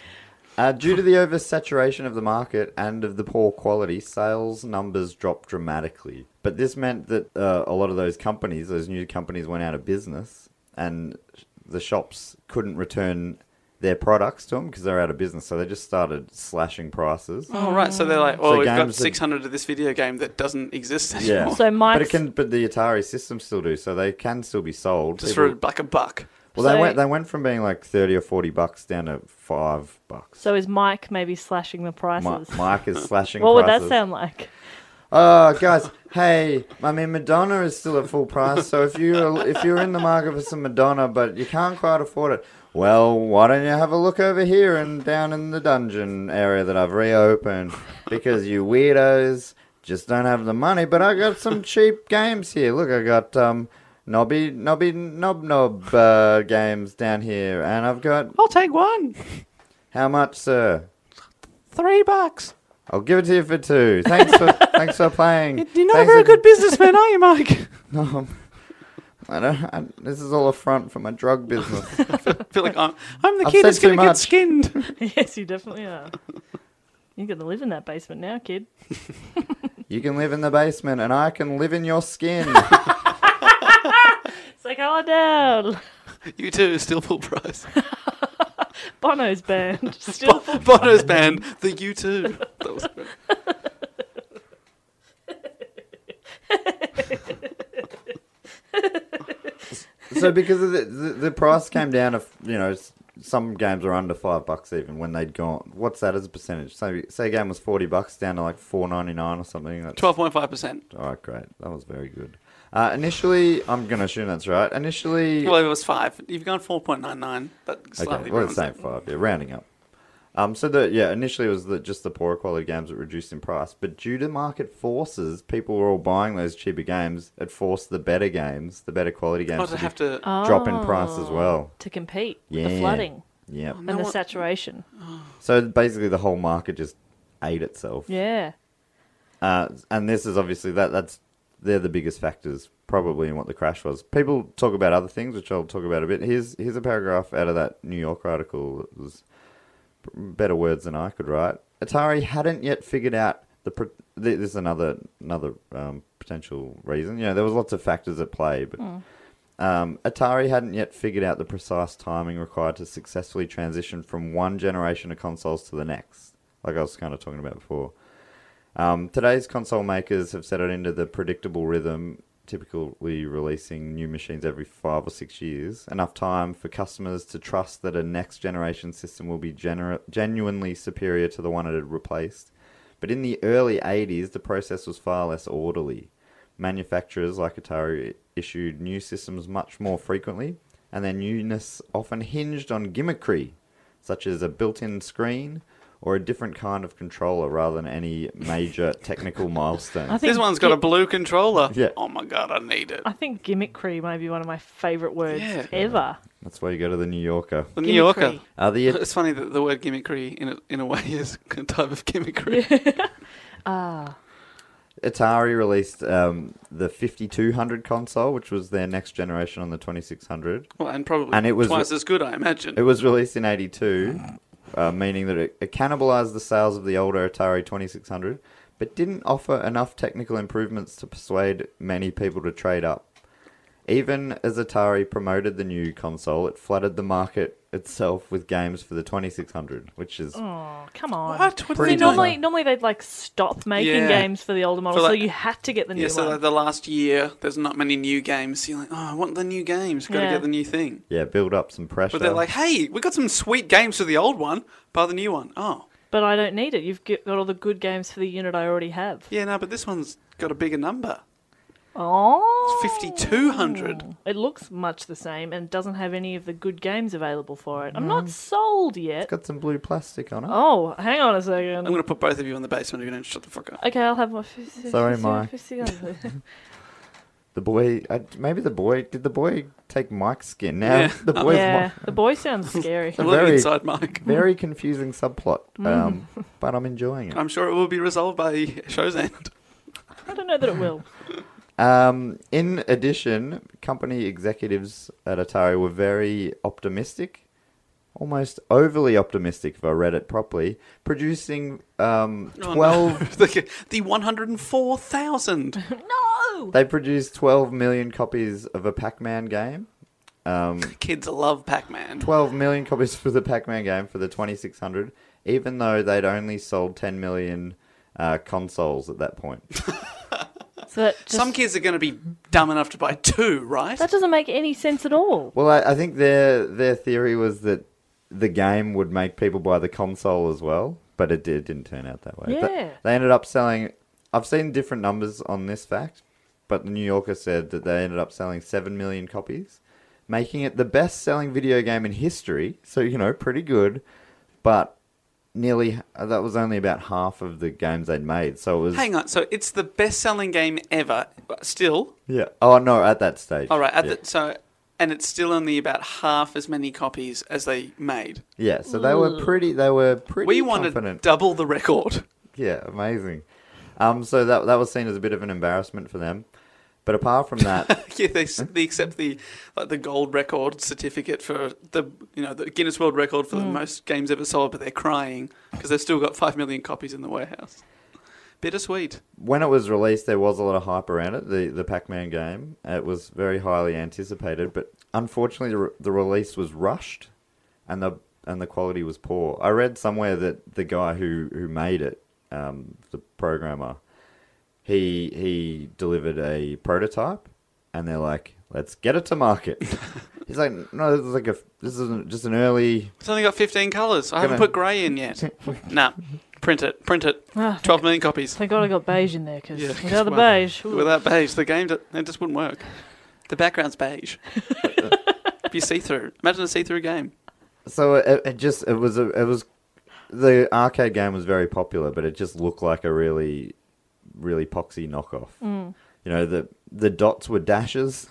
Speaker 1: Uh, due to the oversaturation of the market and of the poor quality, sales numbers dropped dramatically. But this meant that uh, a lot of those companies, those new companies, went out of business, and sh- the shops couldn't return their products to them because they're out of business. So they just started slashing prices.
Speaker 4: Mm.
Speaker 5: Oh, right. So they're like, oh,
Speaker 1: So
Speaker 5: we've got
Speaker 1: games that-
Speaker 5: 600 of this video game that doesn't exist anymore.
Speaker 1: Yeah.
Speaker 4: [laughs] So
Speaker 1: but it
Speaker 4: Mike's
Speaker 1: can, but the Atari systems still do, so they can still be sold.
Speaker 5: Just
Speaker 1: People-
Speaker 5: for like a buck.
Speaker 1: well, they
Speaker 4: So-
Speaker 1: went they went from being like thirty or forty bucks down to five bucks.
Speaker 4: so is Mike maybe slashing the prices?
Speaker 1: Mi- Mike
Speaker 4: [laughs]
Speaker 1: is slashing.
Speaker 4: what would that
Speaker 1: prices.
Speaker 4: sound like? [laughs]
Speaker 1: Oh, guys, hey, I mean Madonna is still at full price. So if you are if you're in the market for some Madonna, but you can't quite afford it, well, why don't you have a look over here and down in the dungeon area that I've reopened because you weirdos just don't have the money. But I got some cheap games here. Look, I got um. Nobby, Nobby, Nob Nob uh, games down here, and I've got
Speaker 5: I'll take one.
Speaker 1: how much, sir?
Speaker 5: Three bucks.
Speaker 1: I'll give it to you for two. Thanks
Speaker 5: [laughs]
Speaker 1: for thanks for playing.
Speaker 5: You're not a
Speaker 1: Thanks
Speaker 5: very
Speaker 1: for- [laughs]
Speaker 5: good businessman, are you, Mike?
Speaker 1: No, I'm, I don't. I, this is all a front for my drug business.
Speaker 5: [laughs] I feel like I'm, I'm the
Speaker 1: I've
Speaker 5: kid
Speaker 1: said
Speaker 5: that's
Speaker 1: too
Speaker 5: going to get
Speaker 1: much.
Speaker 5: skinned. [laughs]
Speaker 4: yes, you
Speaker 1: [laughs]
Speaker 4: definitely are. You're gonna live in that basement now, kid.
Speaker 1: you can live in the basement, and I can live in your
Speaker 5: [laughs]
Speaker 1: skin.
Speaker 4: It's like, oh down.
Speaker 1: [laughs]
Speaker 5: You too, still full price.
Speaker 1: [laughs]
Speaker 4: Bono's band. Still
Speaker 5: [laughs] Bo- Bono's band, the You Too. That was great.
Speaker 1: so because of the, the the price came down, of you know, s- some games are under five bucks even when they'd gone. What's that as a percentage? So say a game was forty bucks down to like four ninety nine or something. That's
Speaker 5: 12.5%.
Speaker 1: All right, great. That was very good. Uh, initially, I'm gonna assume that's right. Initially,
Speaker 5: Well, it was five. You've gone 4.99. That slightly
Speaker 1: Okay, well, it's
Speaker 5: rounds
Speaker 1: same
Speaker 5: it.
Speaker 1: five. Yeah, rounding up. Um, so the yeah, initially it was the, just the poorer quality games that reduced in price, but due to market forces, people were all buying those cheaper games. It forced the better games, the better quality games,
Speaker 5: Oh, to have
Speaker 1: be-
Speaker 5: to.
Speaker 1: drop in price as well.
Speaker 4: to compete
Speaker 1: Yeah,
Speaker 4: with the flooding
Speaker 1: Yeah.
Speaker 4: and the
Speaker 5: what-
Speaker 4: saturation.
Speaker 1: So basically, the whole market just ate itself.
Speaker 4: Yeah.
Speaker 1: Uh, and this is obviously that that's they're the biggest factors probably in what the crash was. People talk about other things, which I'll talk about a bit. Here's here's a paragraph out of that New York article that was better words than I could write. Atari hadn't yet figured out the. Pro- th- this is another another um, potential reason. You know, there was lots of factors at play, but. Um, Atari hadn't yet figured out the precise timing required to successfully transition from one generation of consoles to the next, like I was kind of talking about before. Um, today's console makers have settled into the predictable rhythm, typically releasing new machines every five or six years. Enough time for customers to trust that a next generation system will be gener- genuinely superior to the one it had replaced. But in the early 80s, the process was far less orderly. Manufacturers like Atari issued new systems much more frequently, and their newness often hinged on gimmickry, such as a built in screen or a different kind of controller rather than any major technical milestone.
Speaker 4: I think
Speaker 5: This one's got a blue controller.
Speaker 1: Yeah.
Speaker 5: Oh my god, I need it.
Speaker 4: I think gimmickry may be one of my favourite words
Speaker 5: Yeah.
Speaker 4: ever.
Speaker 1: That's why you go to the New Yorker.
Speaker 5: The New Yorker.
Speaker 4: Gimmickry.
Speaker 1: Uh, the
Speaker 5: It's funny that the word gimmickry, in a, in a way, is a type of gimmickry.
Speaker 1: Atari released um, the 5200 console, which was their next generation on the 2600.
Speaker 5: [laughs] Well, and probably
Speaker 1: And it was-
Speaker 5: twice as good, I imagine.
Speaker 1: It was released in 82, uh, meaning that it, it cannibalized the sales of the older Atari 2600, but didn't offer enough technical improvements to persuade many people to trade up. Even as Atari promoted the new console, it flooded the market itself with games for the 2600, which is
Speaker 5: Mm.
Speaker 4: Oh, come on.
Speaker 5: What? What did
Speaker 4: See,
Speaker 5: they
Speaker 1: Pretty
Speaker 5: do?
Speaker 4: normally, normally they'd like stop making
Speaker 5: Yeah.
Speaker 4: games for the older model,
Speaker 5: For, like-
Speaker 4: so you had to get the new
Speaker 5: Yeah, so
Speaker 4: one.
Speaker 5: like the last year, there's not many new games. You're like, oh, I want the new games. Got to
Speaker 4: Yeah.
Speaker 5: get the new thing.
Speaker 1: yeah, build up some pressure.
Speaker 5: But they're like, hey, we got some sweet games for the old one. Buy the new one. Oh,
Speaker 4: But I don't need it. You've g- got all the good games for the unit I already have.
Speaker 5: yeah, no, but this one's got a bigger number.
Speaker 4: Oh,
Speaker 5: 5200.
Speaker 4: It looks much the same and doesn't have any of the good games available for it. I'm not sold
Speaker 1: [laughs]
Speaker 4: yet.
Speaker 1: got some blue plastic on it.
Speaker 4: Oh, hang on a second.
Speaker 5: I'm going to put both of you in the basement if you don't shut the fuck up.
Speaker 4: Okay, I'll have my. 50,
Speaker 1: Sorry, Mike.
Speaker 4: 50
Speaker 1: The boy, I, maybe the boy did the boy take Mike's skin? Now
Speaker 5: Yeah.
Speaker 1: [laughs] the boy's
Speaker 4: Uh, yeah,
Speaker 1: Mike.
Speaker 4: the boy sounds scary.
Speaker 5: I'm living
Speaker 1: very-
Speaker 5: inside Mike.
Speaker 1: Very confusing subplot, um, but I'm enjoying it.
Speaker 5: Mm. I'm sure it will be resolved by show's end. [laughs]
Speaker 4: I don't know that it will.
Speaker 1: Um, in addition, company executives at Atari were very optimistic, almost overly optimistic, if I read it properly, producing um,
Speaker 5: Oh, no.
Speaker 1: 12.
Speaker 5: [laughs] the, the 104,000.
Speaker 4: No.
Speaker 1: They produced 12 million copies of a Pac Man game. Um,
Speaker 5: [laughs] Kids love Pac-Man.
Speaker 1: 12 million copies for the Pac Man game for the 2600, even though they'd only sold 10 million uh, consoles at that point.
Speaker 4: So that just,
Speaker 5: Some kids are going to be dumb enough to buy two, right?
Speaker 4: that doesn't make any sense at all.
Speaker 1: Well, I, I think their their theory was that the game would make people buy the console as well, but it did, didn't turn out that way. But
Speaker 4: Yeah.
Speaker 1: they ended up selling. I've seen different numbers on this fact, but the New Yorker said that they ended up selling seven million copies, making it the best selling video game in history. So you know, pretty good, but nearly that was only about half of the games they'd made. So it was
Speaker 5: Hang on, so it's the best-selling game ever, but still.
Speaker 1: yeah. Oh no, at that stage.
Speaker 5: All right, at
Speaker 1: yeah.
Speaker 5: the, so and it's still only about half as many copies as they made.
Speaker 1: yeah. So they were pretty. They were pretty.
Speaker 5: We wanted
Speaker 1: confident.
Speaker 5: double the record.
Speaker 1: Yeah, amazing. Um, so that that was seen as a bit of an embarrassment for them. But apart from that,
Speaker 5: [laughs] yeah, they, s-
Speaker 1: Hmm?
Speaker 5: they accept the like the gold record certificate for the you know the Guinness World Record for the
Speaker 4: Hmm.
Speaker 5: most games ever sold, but they're crying because they've still got five million copies in the warehouse. Bittersweet.
Speaker 1: when it was released, there was a lot of hype around it. The the Pac Man game it was very highly anticipated, but unfortunately, the, re- the release was rushed, and the and the quality was poor. I read somewhere that the guy who who made it, um, the programmer, he he delivered a prototype, and they're like, "Let's get it to market." He's like, "No, this is like a this isn't just an early."
Speaker 5: It's only got fifteen colours. I haven't
Speaker 1: on.
Speaker 5: put grey in yet.
Speaker 1: [laughs]
Speaker 5: nah, print it, print it. Twelve million copies.
Speaker 4: Thank God I got beige in there because
Speaker 5: Yeah, 'cause,
Speaker 4: without Ah, the
Speaker 5: well,
Speaker 4: beige, ooh.
Speaker 5: Without beige, the game d- it just wouldn't work. The background's
Speaker 4: [laughs]
Speaker 5: beige. Be see through. Imagine a see through game.
Speaker 1: So it, it just it was a, it was the arcade game was very popular, but it just looked like a really really poxy knockoff. You know the the dots were dashes,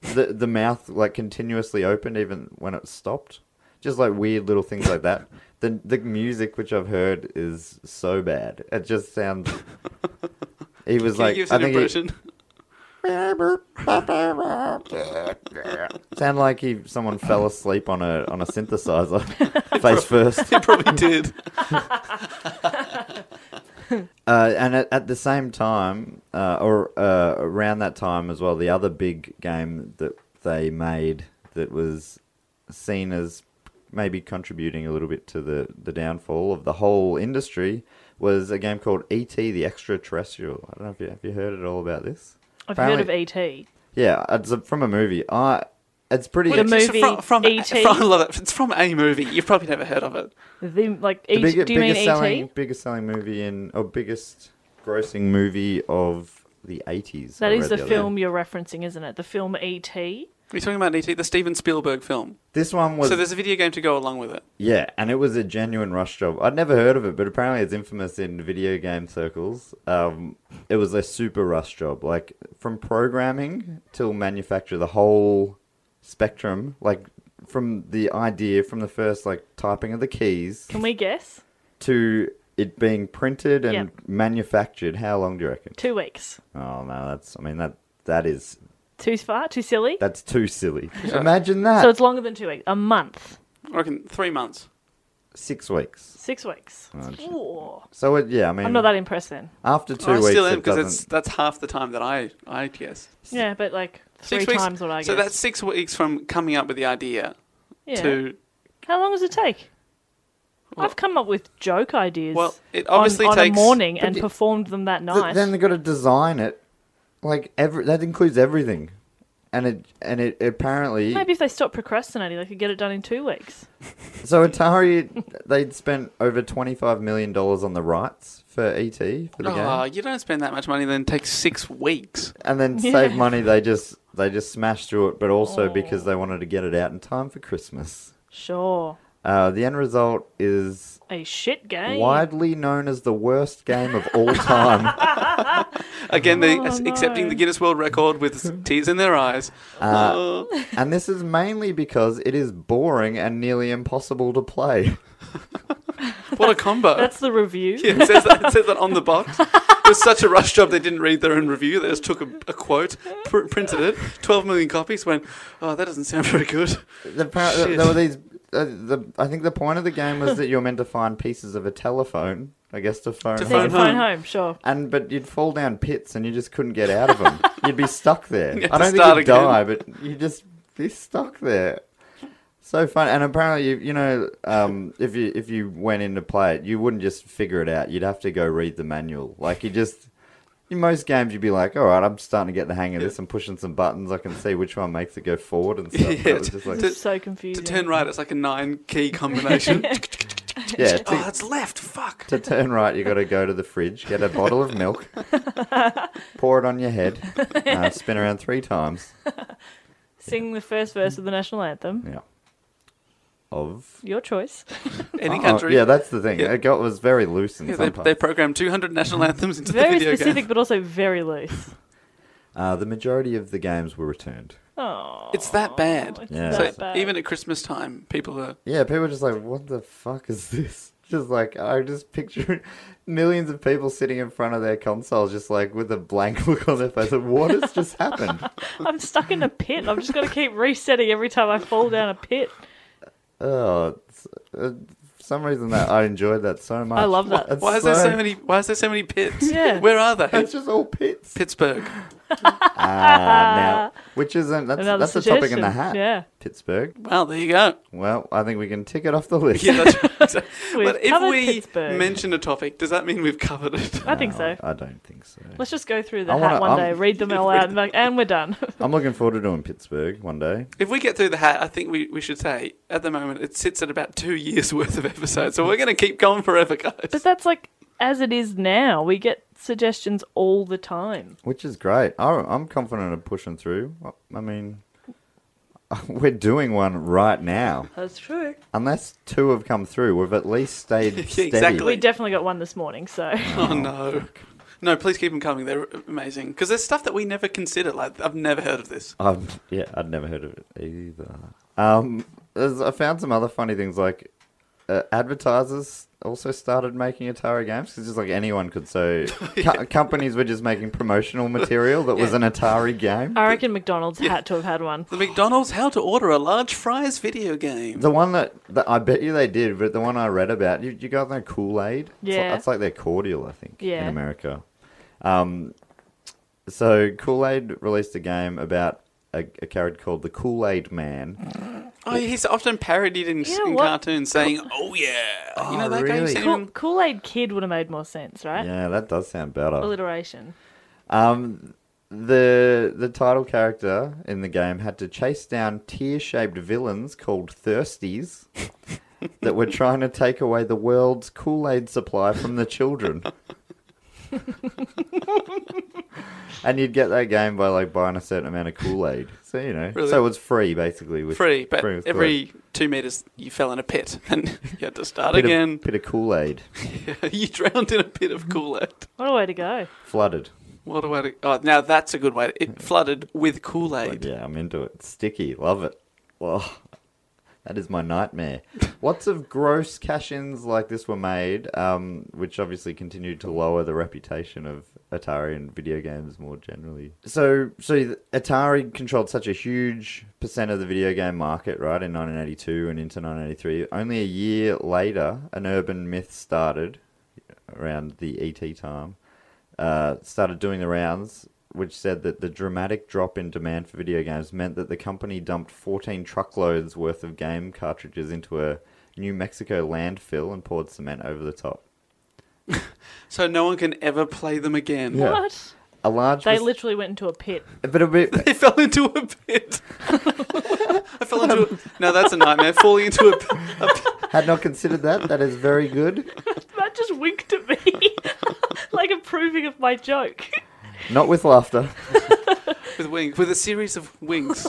Speaker 1: the the mouth like continuously opened even when it stopped, just like weird little things like that. The the music which I've heard is so bad. It just sounds.
Speaker 5: [laughs]
Speaker 1: He was
Speaker 5: Can
Speaker 1: like,
Speaker 5: you give us
Speaker 1: I
Speaker 5: an
Speaker 1: think he-
Speaker 5: impression? [laughs]
Speaker 1: sound like he someone fell asleep on a on a
Speaker 5: [laughs]
Speaker 1: synthesizer, face first.
Speaker 5: He probably did.
Speaker 1: Uh, and at, at the same time, uh, or uh, around that time as well, the other big game that they made that was seen as maybe contributing a little bit to the, the downfall of the whole industry was a game called E.T. the Extraterrestrial. I don't know if you have you heard at all about this.
Speaker 4: I've heard
Speaker 1: apparently-
Speaker 4: of E ET.
Speaker 1: Yeah, it's a, from a movie. I it's pretty.
Speaker 4: Well, The
Speaker 5: It's
Speaker 4: movie E
Speaker 5: from, from,
Speaker 4: E.T..
Speaker 5: from- [laughs] I love it. It's from a movie. You've probably never heard of it.
Speaker 4: The, like,
Speaker 1: the
Speaker 4: E-
Speaker 1: bigger-
Speaker 4: do you mean
Speaker 1: biggest selling
Speaker 4: ET?
Speaker 1: biggest selling movie in or biggest grossing movie of the eighties.
Speaker 4: That is the film E you're referencing, isn't it? The film ET.
Speaker 5: Are you talking about ET, the Steven Spielberg film?
Speaker 1: This one was
Speaker 5: So there's a video game to go along with it.
Speaker 1: yeah, and it was a genuine rush job. I'd never heard of it, but apparently it's infamous in video game circles. Um, it was a super rush job, like from programming till manufacture, the whole spectrum, like from the idea, from the first like typing of the keys
Speaker 4: Can we guess?
Speaker 1: to it being printed and
Speaker 4: Yep.
Speaker 1: manufactured. How long do you reckon?
Speaker 4: Two weeks.
Speaker 1: Oh no, that's I mean that that is
Speaker 4: Too far? Too silly?
Speaker 1: that's too
Speaker 5: [laughs]
Speaker 1: silly. Imagine that.
Speaker 4: So it's longer than two weeks. A month.
Speaker 5: I reckon three months.
Speaker 1: Six weeks.
Speaker 4: Six weeks. Ooh.
Speaker 1: So it, yeah, Oh, I mean
Speaker 4: I'm not that impressed then.
Speaker 1: after two
Speaker 5: I
Speaker 1: weeks
Speaker 5: still am
Speaker 1: it
Speaker 5: because
Speaker 1: doesn't.
Speaker 5: it's that's half the time that I I guess.
Speaker 4: Yeah, but like three
Speaker 5: Six weeks.
Speaker 4: times what I guess.
Speaker 5: So that's six weeks from coming up with the idea
Speaker 4: yeah.
Speaker 5: to
Speaker 4: How long does it take?
Speaker 5: Well-
Speaker 4: I've come up with joke ideas.
Speaker 5: Well, it obviously
Speaker 4: on, on
Speaker 5: takes-
Speaker 4: a morning
Speaker 1: but
Speaker 4: and
Speaker 1: it-
Speaker 4: performed them that
Speaker 1: Th-
Speaker 4: night.
Speaker 1: Then they've got to design it. Like every that includes everything, and it and it apparently
Speaker 4: Maybe if they stop procrastinating, they could get it done in two weeks.
Speaker 1: so Atari they'd spent over twenty five million dollars on the rights for ET for the
Speaker 5: Ah,
Speaker 1: game,
Speaker 5: you don't spend that much money, then take six weeks.
Speaker 1: and then save money they just they just smashed through it, but also because they wanted to get it out in time for Christmas.
Speaker 4: Sure.
Speaker 1: Uh, the end result is
Speaker 4: A shit game.
Speaker 1: widely known as the worst game of all
Speaker 5: [laughs]
Speaker 1: time.
Speaker 5: Again, they
Speaker 4: Oh,
Speaker 5: as-
Speaker 4: no.
Speaker 5: accepting the Guinness World Record with tears in their eyes. Oh.
Speaker 1: and this is mainly because it is boring and nearly impossible to play.
Speaker 5: what a
Speaker 4: [laughs]
Speaker 5: combo!
Speaker 4: That's the review.
Speaker 5: Yeah, it says that, it says that on the box. It was such a rush job they didn't read their own review. They just took a, a quote, pr- printed it, 12 million copies, went, oh, that doesn't sound very good.
Speaker 1: The, par-
Speaker 5: Shit.
Speaker 1: there were these. Uh, the I think the point of the game was that you're meant to find pieces of a telephone, I guess, to phone.
Speaker 5: To
Speaker 4: Take your
Speaker 1: home.
Speaker 5: phone
Speaker 4: phone home, sure.
Speaker 1: And but you'd fall down pits and you just couldn't get out of
Speaker 5: [laughs]
Speaker 1: them. you'd be stuck there.
Speaker 5: You had
Speaker 1: I
Speaker 5: to
Speaker 1: don't think
Speaker 5: start
Speaker 1: you'd
Speaker 5: again.
Speaker 1: die, but you just be stuck there. So fun, and apparently you you know um, if you if you went in to play it, you wouldn't just figure it out. You'd have to go read the manual. Like you just in most games, you'd be like, "All right, I'm starting to get the hang of this. I'm pushing some buttons. I can see which one makes it go forward
Speaker 5: [laughs]
Speaker 1: and stuff."
Speaker 5: Yeah,
Speaker 1: But it was
Speaker 5: to-
Speaker 1: just like-
Speaker 5: to-
Speaker 4: It's so
Speaker 5: To
Speaker 4: confusing.
Speaker 5: turn right, it's like a nine
Speaker 4: [laughs]
Speaker 5: key combination.
Speaker 1: yeah, e-
Speaker 5: oh,
Speaker 1: to,
Speaker 5: that's left. Fuck.
Speaker 1: [laughs] to turn right, you got to go to the fridge, get a bottle of
Speaker 5: [laughs]
Speaker 1: milk, pour it on your head, uh, spin around three times.
Speaker 4: Sing the first verse of the national anthem.
Speaker 1: Yeah. Of.
Speaker 4: Your choice.
Speaker 5: Any
Speaker 1: Oh,
Speaker 5: country.
Speaker 1: yeah, that's the thing.
Speaker 5: Yeah.
Speaker 1: It got was very loose in
Speaker 5: Yeah, they,
Speaker 1: some
Speaker 5: they
Speaker 1: parts.
Speaker 5: programmed 200 national
Speaker 1: Mm-hmm.
Speaker 5: anthems into [laughs] the
Speaker 4: Very
Speaker 5: video
Speaker 4: specific,
Speaker 5: game.
Speaker 4: but also very loose.
Speaker 1: uh, the majority of the games were returned.
Speaker 4: Oh,
Speaker 5: It's that bad.
Speaker 4: it's
Speaker 1: Yeah.
Speaker 4: that
Speaker 5: So
Speaker 4: bad.
Speaker 5: even at Christmas time, people are.
Speaker 1: Yeah, people were just like, "What the fuck is this?" [laughs] Just like I just picture millions of people sitting in front of their consoles, just like with a blank [laughs] look on their face. Like, what has just
Speaker 5: [laughs]
Speaker 1: happened?
Speaker 4: I'm stuck in a pit. I've just got to keep resetting every time I fall down a pit.
Speaker 1: Oh, it's, uh, for some reason that I enjoyed that so much.
Speaker 4: I love that.
Speaker 1: It's
Speaker 5: Why is there so many? Why is there so many pits?
Speaker 4: Yeah.
Speaker 5: Where are they?
Speaker 1: It's just all pits.
Speaker 5: Pittsburgh.
Speaker 1: Ah, now, [laughs] which isn't that's
Speaker 4: Another
Speaker 1: that's a topic in the
Speaker 4: suggestion,
Speaker 1: hat.
Speaker 4: yeah.
Speaker 1: Pittsburgh.
Speaker 5: Well, there you go.
Speaker 1: Well, I think we can tick it off the list.
Speaker 5: [laughs] Yeah, that's right.
Speaker 4: [laughs] We've
Speaker 5: but if
Speaker 4: covered
Speaker 5: we
Speaker 4: Pittsburgh.
Speaker 5: mention a topic, does that mean we've covered it? [laughs]
Speaker 4: I think so.
Speaker 1: I don't think so.
Speaker 4: Let's just go through the
Speaker 1: I wanna-
Speaker 4: hat one
Speaker 1: I'm-
Speaker 4: day, read them all out, and, like, and we're done. [laughs]
Speaker 1: I'm looking forward to doing Pittsburgh one day.
Speaker 5: If we get through the hat, I think we, we should say at the moment it sits at about two years [laughs] worth of episodes, so we're going to keep going forever, guys.
Speaker 4: But that's like as it is now. We get suggestions all the time.
Speaker 1: Which is great. I, I'm confident of pushing through. I- I mean, [laughs] we're doing one right now.
Speaker 4: That's true.
Speaker 1: Unless two have come through, we've at least
Speaker 5: [laughs]
Speaker 1: stayed steady.
Speaker 5: exactly.
Speaker 4: We definitely got one this morning, [laughs] so
Speaker 5: Oh no, no! Please keep them coming. They're amazing because there's stuff that we never consider. Like I've never heard of this.
Speaker 1: Um, yeah, I'd never heard of it either. Um, there's, I found some other funny things like uh, advertisers also started making Atari games because just like anyone could.
Speaker 4: [laughs]
Speaker 1: So co- companies were just making promotional material that was an Atari game.
Speaker 4: I reckon McDonald's had to have had one.
Speaker 5: The McDonald's How to Order a Large Fries video game.
Speaker 1: The one that, that I bet you they did, but the one I read about, you, you guys know Kool Aid?
Speaker 4: Yeah.
Speaker 1: That's like their cordial, I think, in
Speaker 4: Yeah.
Speaker 1: America. Um, so Kool Aid released a game about a, a character called the Kool Aid Man.
Speaker 4: Uh.
Speaker 5: Oh, he's often parodied in,
Speaker 4: You know
Speaker 5: in
Speaker 4: what?
Speaker 5: cartoons saying, "Oh yeah," you know that
Speaker 1: really?
Speaker 5: game.
Speaker 4: Cool, Kool Aid Kid would have made more sense, right?
Speaker 1: Yeah, that does sound better.
Speaker 4: Alliteration.
Speaker 1: Um, the the title character in the game had to chase down tear shaped villains called
Speaker 5: [laughs]
Speaker 1: Thirsties that were trying to take away the world's
Speaker 5: [laughs]
Speaker 1: Kool Aid supply from the children. and you'd get that game by like buying a certain amount of Kool Aid. So you know,
Speaker 5: Really?
Speaker 1: so it was free basically. With
Speaker 5: Free, but
Speaker 1: free with Kool-Aid.
Speaker 5: every two meters you fell in a pit and [laughs] you had to start
Speaker 1: Bit of-
Speaker 5: again.
Speaker 1: bit of Kool Aid
Speaker 5: [laughs] you drowned in a pit
Speaker 1: Mm-hmm.
Speaker 5: of Kool Aid.
Speaker 4: What a way to go.
Speaker 1: flooded.
Speaker 5: What a way to. Oh, now that's a good way. It flooded with Kool Aid.
Speaker 1: Yeah, I'm into it. Sticky, love it. Well, [laughs] that is my [laughs] nightmare. Lots of gross cash-ins like this were made, um, which obviously continued to lower the reputation of Atari and video games more generally. So, so th- Atari controlled such a huge percent of the video game market, right? In 1982 and into 1983. Only a year later, an urban myth started around the ET time uh, started doing the rounds, which said that the dramatic drop in demand for video games meant that the company dumped 14 truckloads worth of game cartridges into a New Mexico landfill and poured cement over the top.
Speaker 5: So no one can ever play them again.
Speaker 4: What?
Speaker 1: A large,
Speaker 4: They
Speaker 1: perc-
Speaker 4: literally went into a pit.
Speaker 1: but a bit,
Speaker 5: [laughs] They fell into a pit. [laughs] I fell into a. No, that's a nightmare. Falling into a pit.
Speaker 1: [laughs] had not considered that. That is very good.
Speaker 4: Matt just winked at me, [laughs] like approving of my joke.
Speaker 1: Not with laughter.
Speaker 5: With wings, with a series of wings.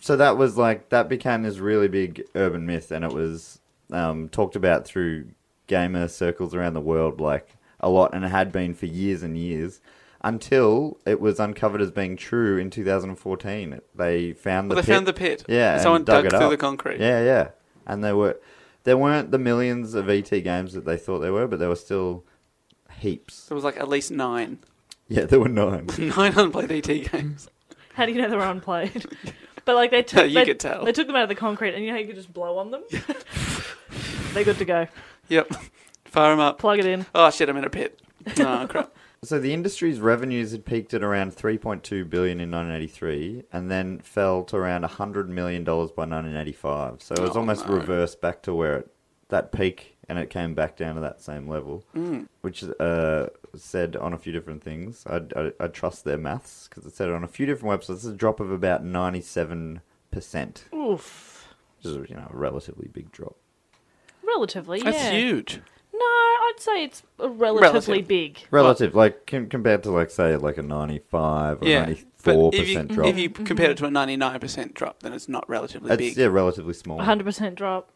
Speaker 1: so that was like that became this really big urban myth, and it was um, talked about through gamer circles around the world like a lot, and it had been for years and years until it was uncovered as being true in 2014. They found
Speaker 5: Well,
Speaker 1: the
Speaker 5: they
Speaker 1: pit.
Speaker 5: found the pit.
Speaker 1: Yeah,
Speaker 5: someone
Speaker 1: and dug,
Speaker 5: dug
Speaker 1: it
Speaker 5: through
Speaker 1: up.
Speaker 5: the concrete.
Speaker 1: Yeah, yeah, and there were there weren't the millions of ET games that they thought there were, but there were still heaps.
Speaker 5: There was like at least nine,
Speaker 1: Yeah, there were
Speaker 5: [laughs]
Speaker 1: nine.
Speaker 5: nine
Speaker 1: [laughs]
Speaker 5: unplayed ET
Speaker 1: Mm-hmm.
Speaker 5: games.
Speaker 4: How do you know they were unplayed? [laughs] But like they
Speaker 5: No,
Speaker 4: took,
Speaker 5: you
Speaker 4: they,
Speaker 5: could tell.
Speaker 4: they took them out of the concrete, and you know how you could just blow on them. [laughs] They're good to go.
Speaker 5: Yep, fire them up.
Speaker 4: Plug it in.
Speaker 5: Oh shit, I'm in a pit. Oh
Speaker 1: [laughs]
Speaker 5: crap.
Speaker 1: So the industry's revenues had peaked at around 3.2 billion in 1983 and then fell to around 100 million dollars by 1985. So it
Speaker 5: Oh,
Speaker 1: was almost reversed back to where it that peak and it came back down to that same level,
Speaker 5: Mm.
Speaker 1: which uh, said on a few different things. I, I, I trust their maths because it said on a few different websites it's a drop of about 97 percent,
Speaker 4: Oof.
Speaker 1: which is you know a relatively big drop.
Speaker 4: Relatively,
Speaker 5: That's
Speaker 4: yeah.
Speaker 5: huge.
Speaker 4: No, I'd say it's a relatively
Speaker 5: Relative.
Speaker 4: big.
Speaker 1: Relative, like com- compared to like say like a 95 or
Speaker 5: Yeah. But
Speaker 1: 94
Speaker 5: if you,
Speaker 1: percent drop. Mm-hmm.
Speaker 5: if you compare it to a 99% drop, then it's not relatively
Speaker 1: That's
Speaker 5: big.
Speaker 1: yeah, relatively small.
Speaker 4: 100% drop.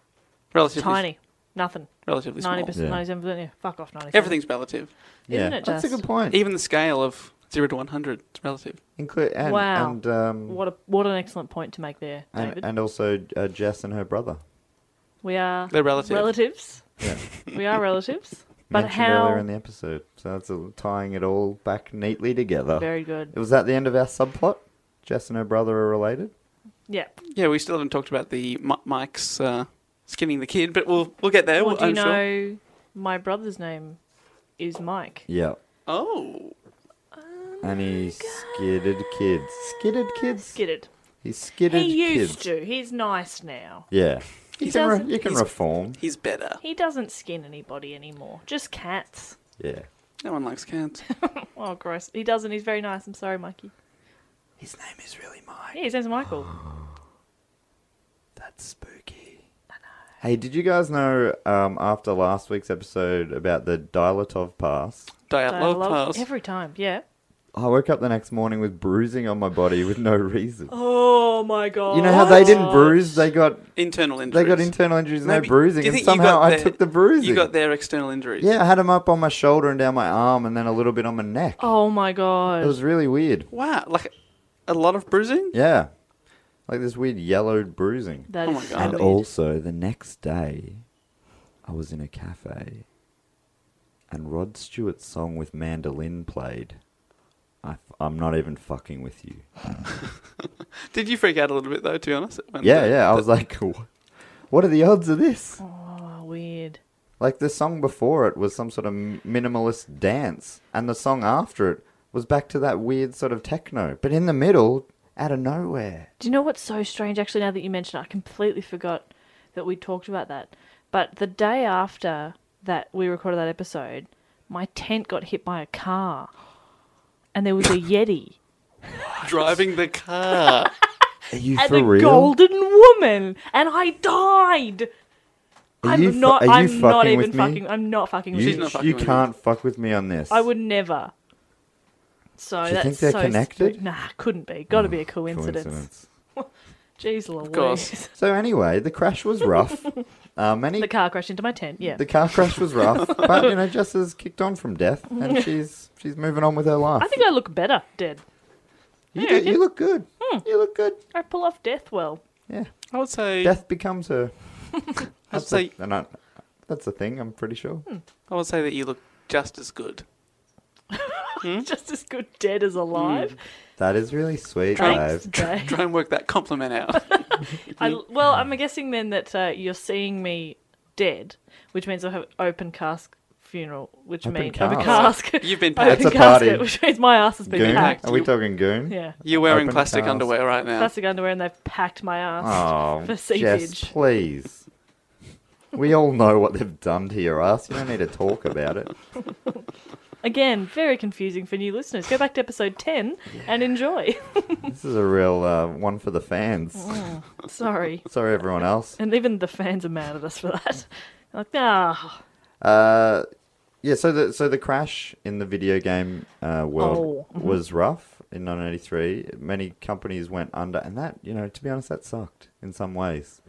Speaker 5: Relatively,
Speaker 4: Tiny. Nothing.
Speaker 5: Relatively small.
Speaker 4: 90%,
Speaker 1: Yeah.
Speaker 4: 97%. Yeah, fuck off 97
Speaker 5: Everything's relative.
Speaker 4: Isn't it
Speaker 1: that's a
Speaker 4: just?
Speaker 1: good point.
Speaker 5: Even the scale of 0 to 100 is relative.
Speaker 1: Inclu- and,
Speaker 4: Wow.
Speaker 1: And, um,
Speaker 4: What, a, what an excellent point to make there, David.
Speaker 1: and, and also uh, Jess and her brother.
Speaker 4: we are
Speaker 5: They're relative.
Speaker 4: relatives.
Speaker 1: Yeah.
Speaker 4: [laughs] we are relatives.
Speaker 1: [laughs]
Speaker 4: But
Speaker 1: mentioned
Speaker 4: how...
Speaker 1: earlier in the episode. So that's a, tying it all back neatly together.
Speaker 4: Very good.
Speaker 1: It was at the end of our subplot. Jess and her brother are related.
Speaker 4: Yeah.
Speaker 5: Yeah, we still haven't talked about the Mi- Mike's uh, skinning the kid, but we'll we'll get there.
Speaker 4: Well, do you
Speaker 5: I'm oh, sure.
Speaker 4: know my brother's name is Mike?
Speaker 1: Yeah.
Speaker 5: Oh,
Speaker 1: And he skidded kids. Skidded kids?
Speaker 4: Skidded.
Speaker 1: He skidded
Speaker 4: He used
Speaker 1: kids.
Speaker 4: to. He's nice now.
Speaker 1: Yeah. you can,
Speaker 4: doesn't-
Speaker 1: re- you can
Speaker 5: He's-
Speaker 1: reform.
Speaker 5: he's better.
Speaker 4: He doesn't skin anybody anymore. Just cats.
Speaker 1: Yeah.
Speaker 5: No one likes cats.
Speaker 4: Oh, gross. He doesn't. He's very nice. I'm sorry, Mikey.
Speaker 5: His name is really
Speaker 4: Yeah,
Speaker 5: Mike.
Speaker 4: his name's Michael.
Speaker 5: That's spooky.
Speaker 1: Hey, did you guys know um, after last week's episode about the Dilatov pass?
Speaker 4: Dialogue
Speaker 5: Dialogue pass.
Speaker 4: Every time, yeah.
Speaker 1: I woke up the next morning with bruising on my body with no reason.
Speaker 4: Oh my god.
Speaker 1: You know how they didn't bruise? They got
Speaker 5: Internal injuries.
Speaker 1: they got internal injuries, no
Speaker 5: Maybe-
Speaker 1: bruising,
Speaker 5: do you
Speaker 1: and
Speaker 5: think you
Speaker 1: somehow
Speaker 5: got
Speaker 1: I
Speaker 5: their-
Speaker 1: took the bruising.
Speaker 5: You got their external injuries.
Speaker 1: yeah, I had them up on my shoulder and down my arm, and then a little bit on my neck.
Speaker 4: Oh my
Speaker 1: It
Speaker 4: god.
Speaker 1: was really weird.
Speaker 5: Wow, like a lot of bruising.
Speaker 1: Yeah, like this weird yellowed bruising.
Speaker 4: That
Speaker 5: Oh
Speaker 4: is
Speaker 5: my God.
Speaker 1: and
Speaker 4: weird.
Speaker 1: also, the next day, I was in a cafe, and Rod Stewart's song with mandolin played. I, am not even fucking with you.
Speaker 5: Did you freak out a little bit though? To be honest,
Speaker 4: [laughs]
Speaker 5: When
Speaker 1: Yeah,
Speaker 5: the-
Speaker 1: yeah. I was like, what are the odds of this?
Speaker 4: Oh, weird.
Speaker 1: Like the song before it was some sort of minimalist dance, and the song after it was back to that weird sort of techno. But in the middle, out of nowhere,
Speaker 4: Do you know what's so strange? Actually, now that you mention it, I completely forgot that we talked about that. But the day after that we recorded that episode, my tent got hit by a car, and there
Speaker 1: [laughs]
Speaker 4: was a yeti
Speaker 5: driving the car.
Speaker 1: are you
Speaker 4: and
Speaker 1: for
Speaker 4: a
Speaker 1: real?
Speaker 4: golden woman, and I died.
Speaker 1: Are
Speaker 4: I'm
Speaker 1: you fu-
Speaker 4: not.
Speaker 1: are you
Speaker 4: I'm not
Speaker 1: fucking
Speaker 4: even
Speaker 1: with me?
Speaker 4: fucking. I'm not fucking. with
Speaker 1: You,
Speaker 5: She's not fucking
Speaker 1: you
Speaker 5: with me.
Speaker 1: can't fuck with me on this.
Speaker 4: I would never. So
Speaker 1: Do you
Speaker 4: that's
Speaker 1: think they're
Speaker 4: so
Speaker 1: connected?
Speaker 4: Nah, couldn't be. Got to be a coincidence.
Speaker 1: Coincidence.
Speaker 4: Jeez Louise.
Speaker 5: course.
Speaker 1: So anyway, the crash was rough. uh, many
Speaker 4: [laughs] The car crashed into my tent. Yeah.
Speaker 1: The car crash was
Speaker 4: [laughs]
Speaker 1: rough, but you know, Jessica's kicked on from death, and she's she's moving on with her life.
Speaker 4: I think I look better dead.
Speaker 1: you, do, you look good.
Speaker 4: Hmm.
Speaker 1: You look good.
Speaker 4: I pull off death well.
Speaker 1: Yeah,
Speaker 5: I would say
Speaker 1: death becomes her.
Speaker 5: I'd
Speaker 1: That's a,
Speaker 5: say
Speaker 1: and I- that's a thing. I'm pretty sure.
Speaker 4: Hmm.
Speaker 5: I would say that you look just as good.
Speaker 4: [laughs] Just as good dead as alive.
Speaker 1: That is really sweet, Uh,
Speaker 4: Thanks,
Speaker 1: Dave. [laughs]
Speaker 4: Dave.
Speaker 5: Try and work that compliment out.
Speaker 4: I, well, I'm guessing then that uh, you're seeing me dead, which means I have open cask funeral, which
Speaker 1: Open
Speaker 4: means open
Speaker 1: cask.
Speaker 4: cask.
Speaker 5: You've been
Speaker 4: open
Speaker 5: packed.
Speaker 1: That's a
Speaker 4: casket,
Speaker 1: party.
Speaker 4: which means my ass has been
Speaker 1: Goon?
Speaker 4: packed.
Speaker 1: Are we talking goon?
Speaker 4: Yeah,
Speaker 5: You're wearing
Speaker 1: Open
Speaker 5: plastic
Speaker 1: cast.
Speaker 5: underwear right now.
Speaker 4: plastic underwear, and they've packed my ass.
Speaker 1: Oh,
Speaker 4: For
Speaker 1: Jess,
Speaker 4: seepage.
Speaker 1: please. We all know what they've done to your ass. You don't need to talk about it.
Speaker 4: Again, very confusing for new listeners. Go back to episode ten and enjoy. [laughs]
Speaker 1: This is a real uh, one for the fans.
Speaker 4: Mm. Sorry,
Speaker 1: Sorry, everyone else.
Speaker 4: and even the fans are mad at us for that. [laughs] Like, ah,
Speaker 1: Uh, yeah. So the so the crash in the video game uh, world
Speaker 4: Oh, mhm.
Speaker 1: was rough in 1983. Many companies went under, and that you know, to be honest, that sucked in some [laughs] ways.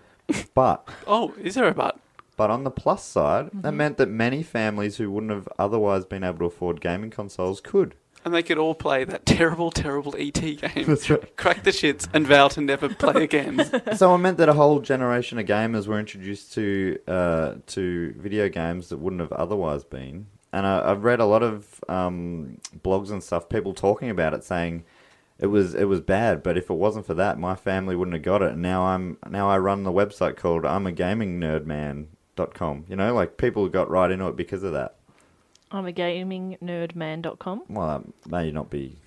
Speaker 1: but
Speaker 5: Oh, is there a but?
Speaker 1: but on the plus side, that meant that many families who wouldn't have otherwise been able to afford gaming consoles could.
Speaker 5: And they could all play that terrible, terrible ET game.
Speaker 1: That's right.
Speaker 5: Crack the shits and vow to never play again.
Speaker 1: so it meant that a whole generation of gamers were introduced to uh, to video games that wouldn't have otherwise been. And I, I've read a lot of um, blogs and stuff, people talking about it, saying it was it was bad, but if it wasn't for that, my family wouldn't have got it. And now I'm now I run the website called I'm a gaming nerd man dot com. You know, like people got right into it because of that.
Speaker 4: I'm a gaming nerdman.com.
Speaker 1: Well, that may not
Speaker 5: [laughs]
Speaker 1: be.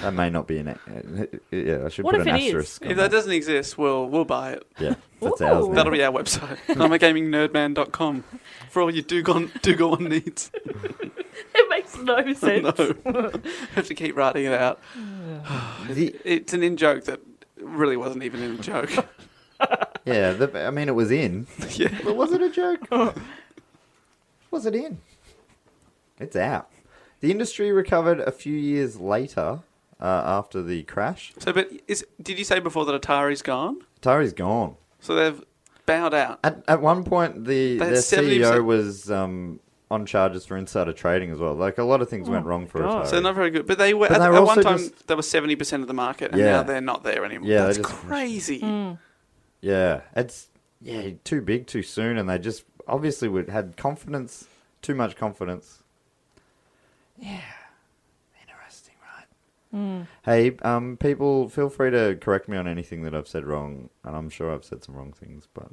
Speaker 1: that may not be an. a- Yeah, I should
Speaker 4: What
Speaker 1: put
Speaker 4: if
Speaker 1: an
Speaker 4: it is?
Speaker 1: asterisk. on
Speaker 5: if that doesn't exist, we'll we'll buy it.
Speaker 1: yeah, that's
Speaker 4: Ooh.
Speaker 1: ours. now.
Speaker 5: That'll be our website. I'm a gaming nerdman.com for all your do go on needs.
Speaker 4: [laughs] It makes
Speaker 1: [laughs]
Speaker 4: no sense.
Speaker 5: No. have to keep writing it out.
Speaker 1: The-
Speaker 5: It's an in joke that really wasn't even in a joke.
Speaker 1: Yeah, the, I mean, it was in.
Speaker 5: [laughs] yeah. Oh.
Speaker 1: But was it a
Speaker 5: [laughs]
Speaker 1: joke? was it in? It's out. The industry recovered a few years later uh, after the crash.
Speaker 5: So, but is did you say before that Atari's gone?
Speaker 1: Atari's gone.
Speaker 5: So they've bowed out.
Speaker 1: At, at one point, the
Speaker 5: But
Speaker 1: their
Speaker 5: 70%
Speaker 1: CEO was um, on charges for insider trading as well. Like a lot of things went wrong for
Speaker 4: God.
Speaker 1: Atari.
Speaker 5: Oh So not very good. But they were
Speaker 1: But
Speaker 5: at,
Speaker 1: they were
Speaker 5: at one
Speaker 1: also
Speaker 5: time
Speaker 1: just-
Speaker 5: they were seventy percent of the market, and
Speaker 1: Yeah.
Speaker 5: now they're not there anymore.
Speaker 1: Yeah, they
Speaker 5: that's
Speaker 1: just-
Speaker 5: crazy.
Speaker 4: Hmm.
Speaker 1: yeah, it's yeah too big too soon, and they just obviously would, had confidence, too much confidence. Yeah, interesting, right?
Speaker 4: Hmm.
Speaker 1: Hey, um, people, feel free to correct me on anything that I've said wrong, and I'm sure I've said some wrong things, but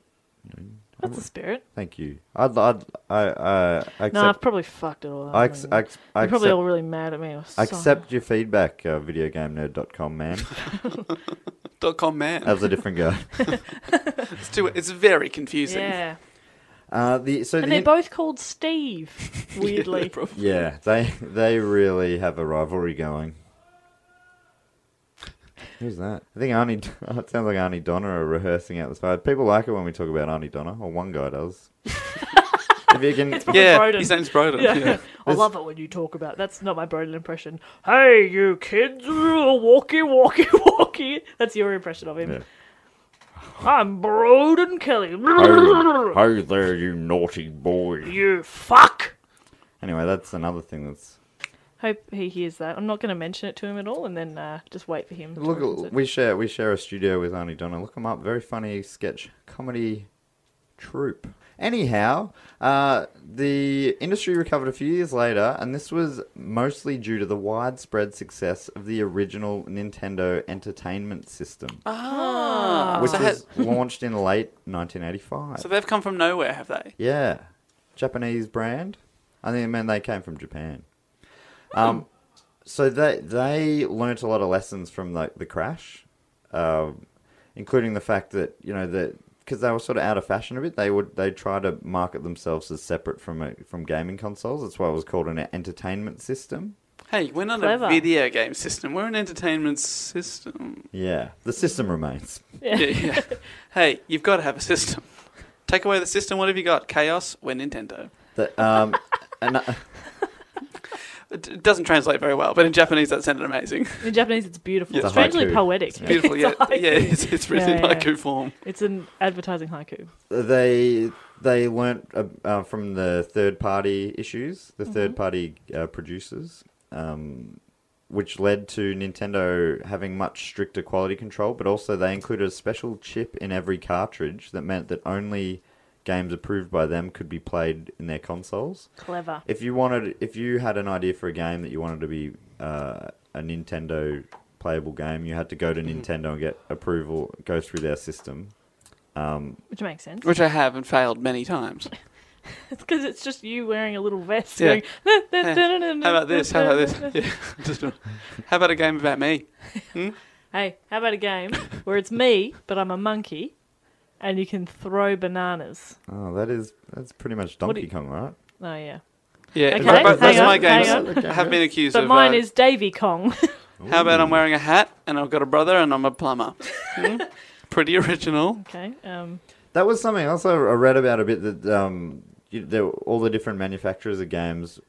Speaker 1: you know,
Speaker 4: That's the spirit.
Speaker 1: thank you. I'd, I'd, I, I, I accept.
Speaker 4: No, I've probably fucked it all up.
Speaker 1: I, ex- I, ex- I
Speaker 4: You're probably
Speaker 1: accept-
Speaker 4: all really mad at me. I was
Speaker 1: I
Speaker 4: so-
Speaker 1: accept your feedback, uh, videogamenerd.com man.
Speaker 5: Dot com man.
Speaker 1: That was a different
Speaker 4: [laughs]
Speaker 1: guy.
Speaker 5: it's too. It's very confusing. [laughs]
Speaker 4: Yeah.
Speaker 1: Uh, the, so
Speaker 4: And
Speaker 1: the,
Speaker 4: they're both called Steve,
Speaker 1: [laughs]
Speaker 4: weirdly. [laughs]
Speaker 1: Yeah, they they really have a rivalry going. Who's that? I think Arnie. [laughs] oh, It sounds like Arnie Donna are rehearsing out the side. People like it when we talk about Arnie Donna, or one guy does. if you can,
Speaker 4: probably-
Speaker 5: Yeah,
Speaker 4: Broden.
Speaker 5: his name's Broden.
Speaker 4: Yeah. [laughs]
Speaker 5: yeah.
Speaker 4: I love it when you talk about that's not my Broden impression. Hey, you kids, uh, walkie, walkie, [laughs] walkie. That's your impression of him.
Speaker 1: Yeah.
Speaker 4: I'm Broden Kelly. [laughs]
Speaker 1: hey, hey there, you naughty boy.
Speaker 4: you fuck.
Speaker 1: Anyway, that's another thing that's.
Speaker 4: Hope he hears that. I'm not going to mention it to him at all, and then uh, just wait for him. to reference
Speaker 1: Look,
Speaker 4: it.
Speaker 1: we share we share a studio with Arnie Donna. Look him up. Very funny sketch comedy troupe. Anyhow, uh, the industry recovered a few years later, and this was mostly due to the widespread success of the original Nintendo Entertainment System,
Speaker 5: Ah.
Speaker 1: which
Speaker 5: Oh. so, ha-
Speaker 1: was launched in late 1985.
Speaker 5: [laughs] so they've come from nowhere, have they?
Speaker 1: Yeah, Japanese brand. I think it meant they came from Japan. Um, so they they learnt a lot of lessons from the the crash, um, including the fact that you know that because they were sort of out of fashion a bit, they would they try to market themselves as separate from a, from gaming consoles. That's why it was called an entertainment system.
Speaker 5: Hey, we're not
Speaker 4: Clever.
Speaker 5: a video game system. We're an entertainment system.
Speaker 1: Yeah, the system remains.
Speaker 4: [laughs]
Speaker 5: Yeah. yeah. hey, you've got to have a system. Take away the
Speaker 1: um, [laughs] uh,
Speaker 5: system. What have you got? Chaos. We're Nintendo.
Speaker 1: The, um, and,
Speaker 5: It it doesn't translate very well, but in Japanese that sounded amazing.
Speaker 4: In Japanese, it's beautiful.
Speaker 1: It's a
Speaker 4: Strangely
Speaker 1: haiku.
Speaker 4: poetic.
Speaker 1: It's
Speaker 5: Beautiful, yeah,
Speaker 4: It's a haiku. [laughs]
Speaker 5: yeah. It's, it's written
Speaker 4: Yeah, yeah,
Speaker 5: in haiku form.
Speaker 4: It's an advertising haiku.
Speaker 1: they they learnt uh, uh, from the third party issues, the third party uh, producers, um, which led to Nintendo having much stricter quality control. But also, they included a special chip in every cartridge that meant that only games approved by them could be played in their consoles.
Speaker 4: Clever.
Speaker 1: If you wanted, if you had an idea for a game that you wanted to be uh, a Nintendo playable game, you had to go to Nintendo and get approval, go through their system.
Speaker 4: Which makes sense. [laughs]
Speaker 5: Which I have and failed many times.
Speaker 4: It's because it's just you wearing a little vest.
Speaker 5: Yeah.
Speaker 4: Going, "Da, da,
Speaker 5: Yeah.
Speaker 4: da, da, da,
Speaker 5: [laughs] How about this? How
Speaker 4: da,
Speaker 5: about
Speaker 4: da,
Speaker 5: this? [laughs]
Speaker 4: da."
Speaker 5: Yeah. Just- How about a game about me?
Speaker 4: Hey, how about a game where it's me, but I'm a monkey, and you can throw bananas?
Speaker 1: Oh, that is that's pretty much
Speaker 4: What
Speaker 1: Donkey
Speaker 4: do you-
Speaker 1: Kong, right?
Speaker 4: Oh yeah.
Speaker 5: Yeah,
Speaker 4: Okay, hang
Speaker 5: but both both of
Speaker 4: on,
Speaker 5: my games
Speaker 4: hang
Speaker 1: on.
Speaker 5: have been accused
Speaker 4: But
Speaker 5: of.
Speaker 4: mine
Speaker 5: uh,
Speaker 4: is Davy Kong. [laughs]
Speaker 5: How about I'm wearing a hat and I've got a brother and I'm a plumber? Hmm? [laughs] Pretty original.
Speaker 4: okay. Um,
Speaker 1: That was something else I I read about a bit that um, you, there, all the different manufacturers of games,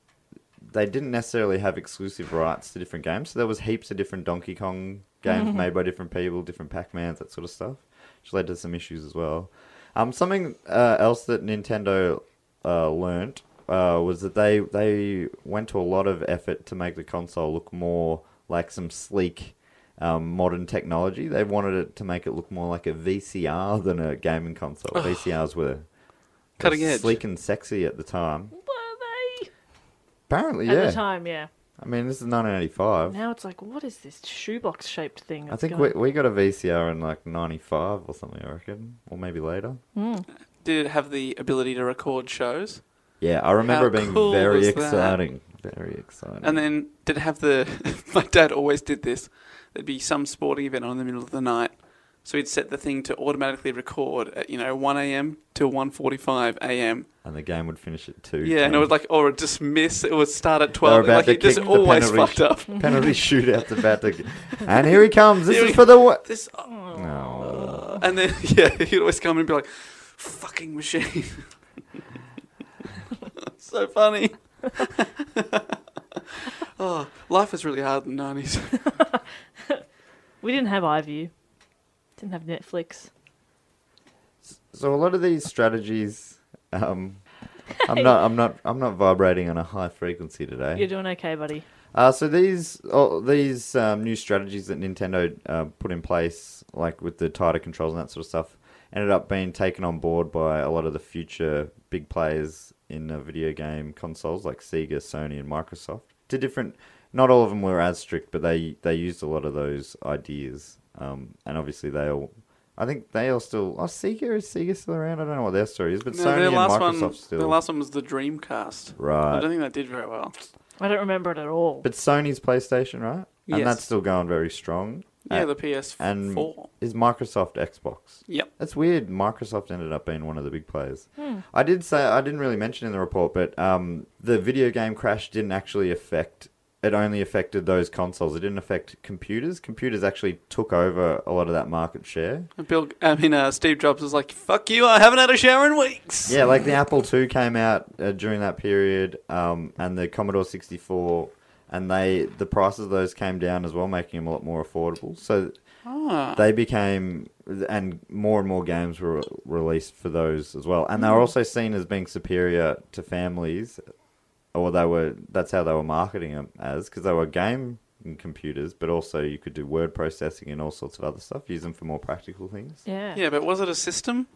Speaker 1: they didn't necessarily have exclusive rights to different games. So there was heaps of different Donkey Kong
Speaker 5: [laughs]
Speaker 1: games made by different people, different Pac-Mans, that sort of stuff, which led to some issues as well. Um, something uh, else that Nintendo uh, learnt uh, was that they they went to a lot of effort to make the console look more like some sleek um, modern technology. They wanted it to make it look more like a VCR than a gaming console. VCRs were were
Speaker 5: Cutting edge.
Speaker 1: sleek and sexy at the time.
Speaker 4: were they?
Speaker 1: Apparently,
Speaker 4: At
Speaker 1: yeah.
Speaker 4: the time, yeah.
Speaker 1: I mean, this is 1985.
Speaker 4: Now it's like, what is this shoebox shaped thing?
Speaker 1: I
Speaker 4: that's
Speaker 1: think we,
Speaker 4: going-
Speaker 1: we got a VCR in like 95 or something, I reckon. Or maybe later.
Speaker 5: Did it have the ability to record shows?
Speaker 1: Yeah, I remember it being
Speaker 5: cool
Speaker 1: very
Speaker 5: was that?
Speaker 1: exciting. Very exciting.
Speaker 5: And then did it have the. [laughs] my dad always did this. There'd be some sporting event on in the middle of the night. So he'd set the thing to automatically record at, you know, 1 a.m. till 1.45 a.m.
Speaker 1: and the game would finish at 2.
Speaker 5: Yeah, and it
Speaker 1: 10.
Speaker 5: would like, or dismiss, it would start at
Speaker 1: They were
Speaker 5: 12. Like,
Speaker 1: to
Speaker 5: it just
Speaker 1: kick the
Speaker 5: always
Speaker 1: penalty
Speaker 5: fucked up.
Speaker 1: sh- [laughs]
Speaker 5: [laughs]
Speaker 1: Penalty shootout's about to. And here he comes. This
Speaker 5: Here
Speaker 1: is
Speaker 5: he-
Speaker 1: for the. Wa-
Speaker 5: This, uh,
Speaker 1: no.
Speaker 5: and then, [laughs] yeah, he'd always come and be like, fucking machine. [laughs] so funny. [laughs] oh, life was really hard in the 90s.
Speaker 4: we didn't have iView. Didn't have Netflix.
Speaker 1: So a lot of these strategies. Um, I'm not. I'm not. I'm not vibrating on a high frequency
Speaker 5: [laughs]
Speaker 1: today.
Speaker 4: You're doing okay, buddy.
Speaker 1: Uh, so these all these um, new strategies that Nintendo uh, put in place, like with the tighter controls and that sort of stuff, ended up being taken on board by a lot of the future big players in the video game consoles, like Sega, Sony, and Microsoft. To different, not all of them were as strict, but they they used a lot of those ideas, um, and obviously they all. I think they all still. Oh, Sega is Sega still around? I don't know what their story is, but
Speaker 5: No,
Speaker 1: Sony
Speaker 5: their
Speaker 1: and
Speaker 5: last
Speaker 1: Microsoft
Speaker 5: one,
Speaker 1: still.
Speaker 5: Their last one was the Dreamcast.
Speaker 1: Right.
Speaker 5: I don't think that did very well.
Speaker 4: I don't remember it at all.
Speaker 1: But Sony's PlayStation, right?
Speaker 5: Yes.
Speaker 1: And that's still going very strong.
Speaker 5: Yeah,
Speaker 1: Uh,
Speaker 5: the PS4.
Speaker 1: and is Microsoft Xbox.
Speaker 5: Yep.
Speaker 1: That's weird. Microsoft ended up being one of the big players. I did say I didn't really mention in the report, but um, the video game crash didn't actually affect. It only affected those consoles. It didn't affect computers. Computers actually took over a lot of that market share.
Speaker 5: And Bill, I mean, uh, Steve Jobs was like, fuck you, I haven't had a shower in weeks.
Speaker 1: Yeah, like the Apple II came out uh, during that period, um, and the Commodore 64, and they the prices of those came down as well, making them a lot more affordable. So
Speaker 4: Ah.
Speaker 1: they became, and more and more games were re- released for those as well,
Speaker 4: Hmm.
Speaker 1: and they were also seen as being superior to families, or they were. That's how they were marketing them as, because they were game computers, but also you could do word processing and all sorts of other stuff. Use them for more practical things.
Speaker 4: yeah. yeah.
Speaker 5: Yeah, but was it a system?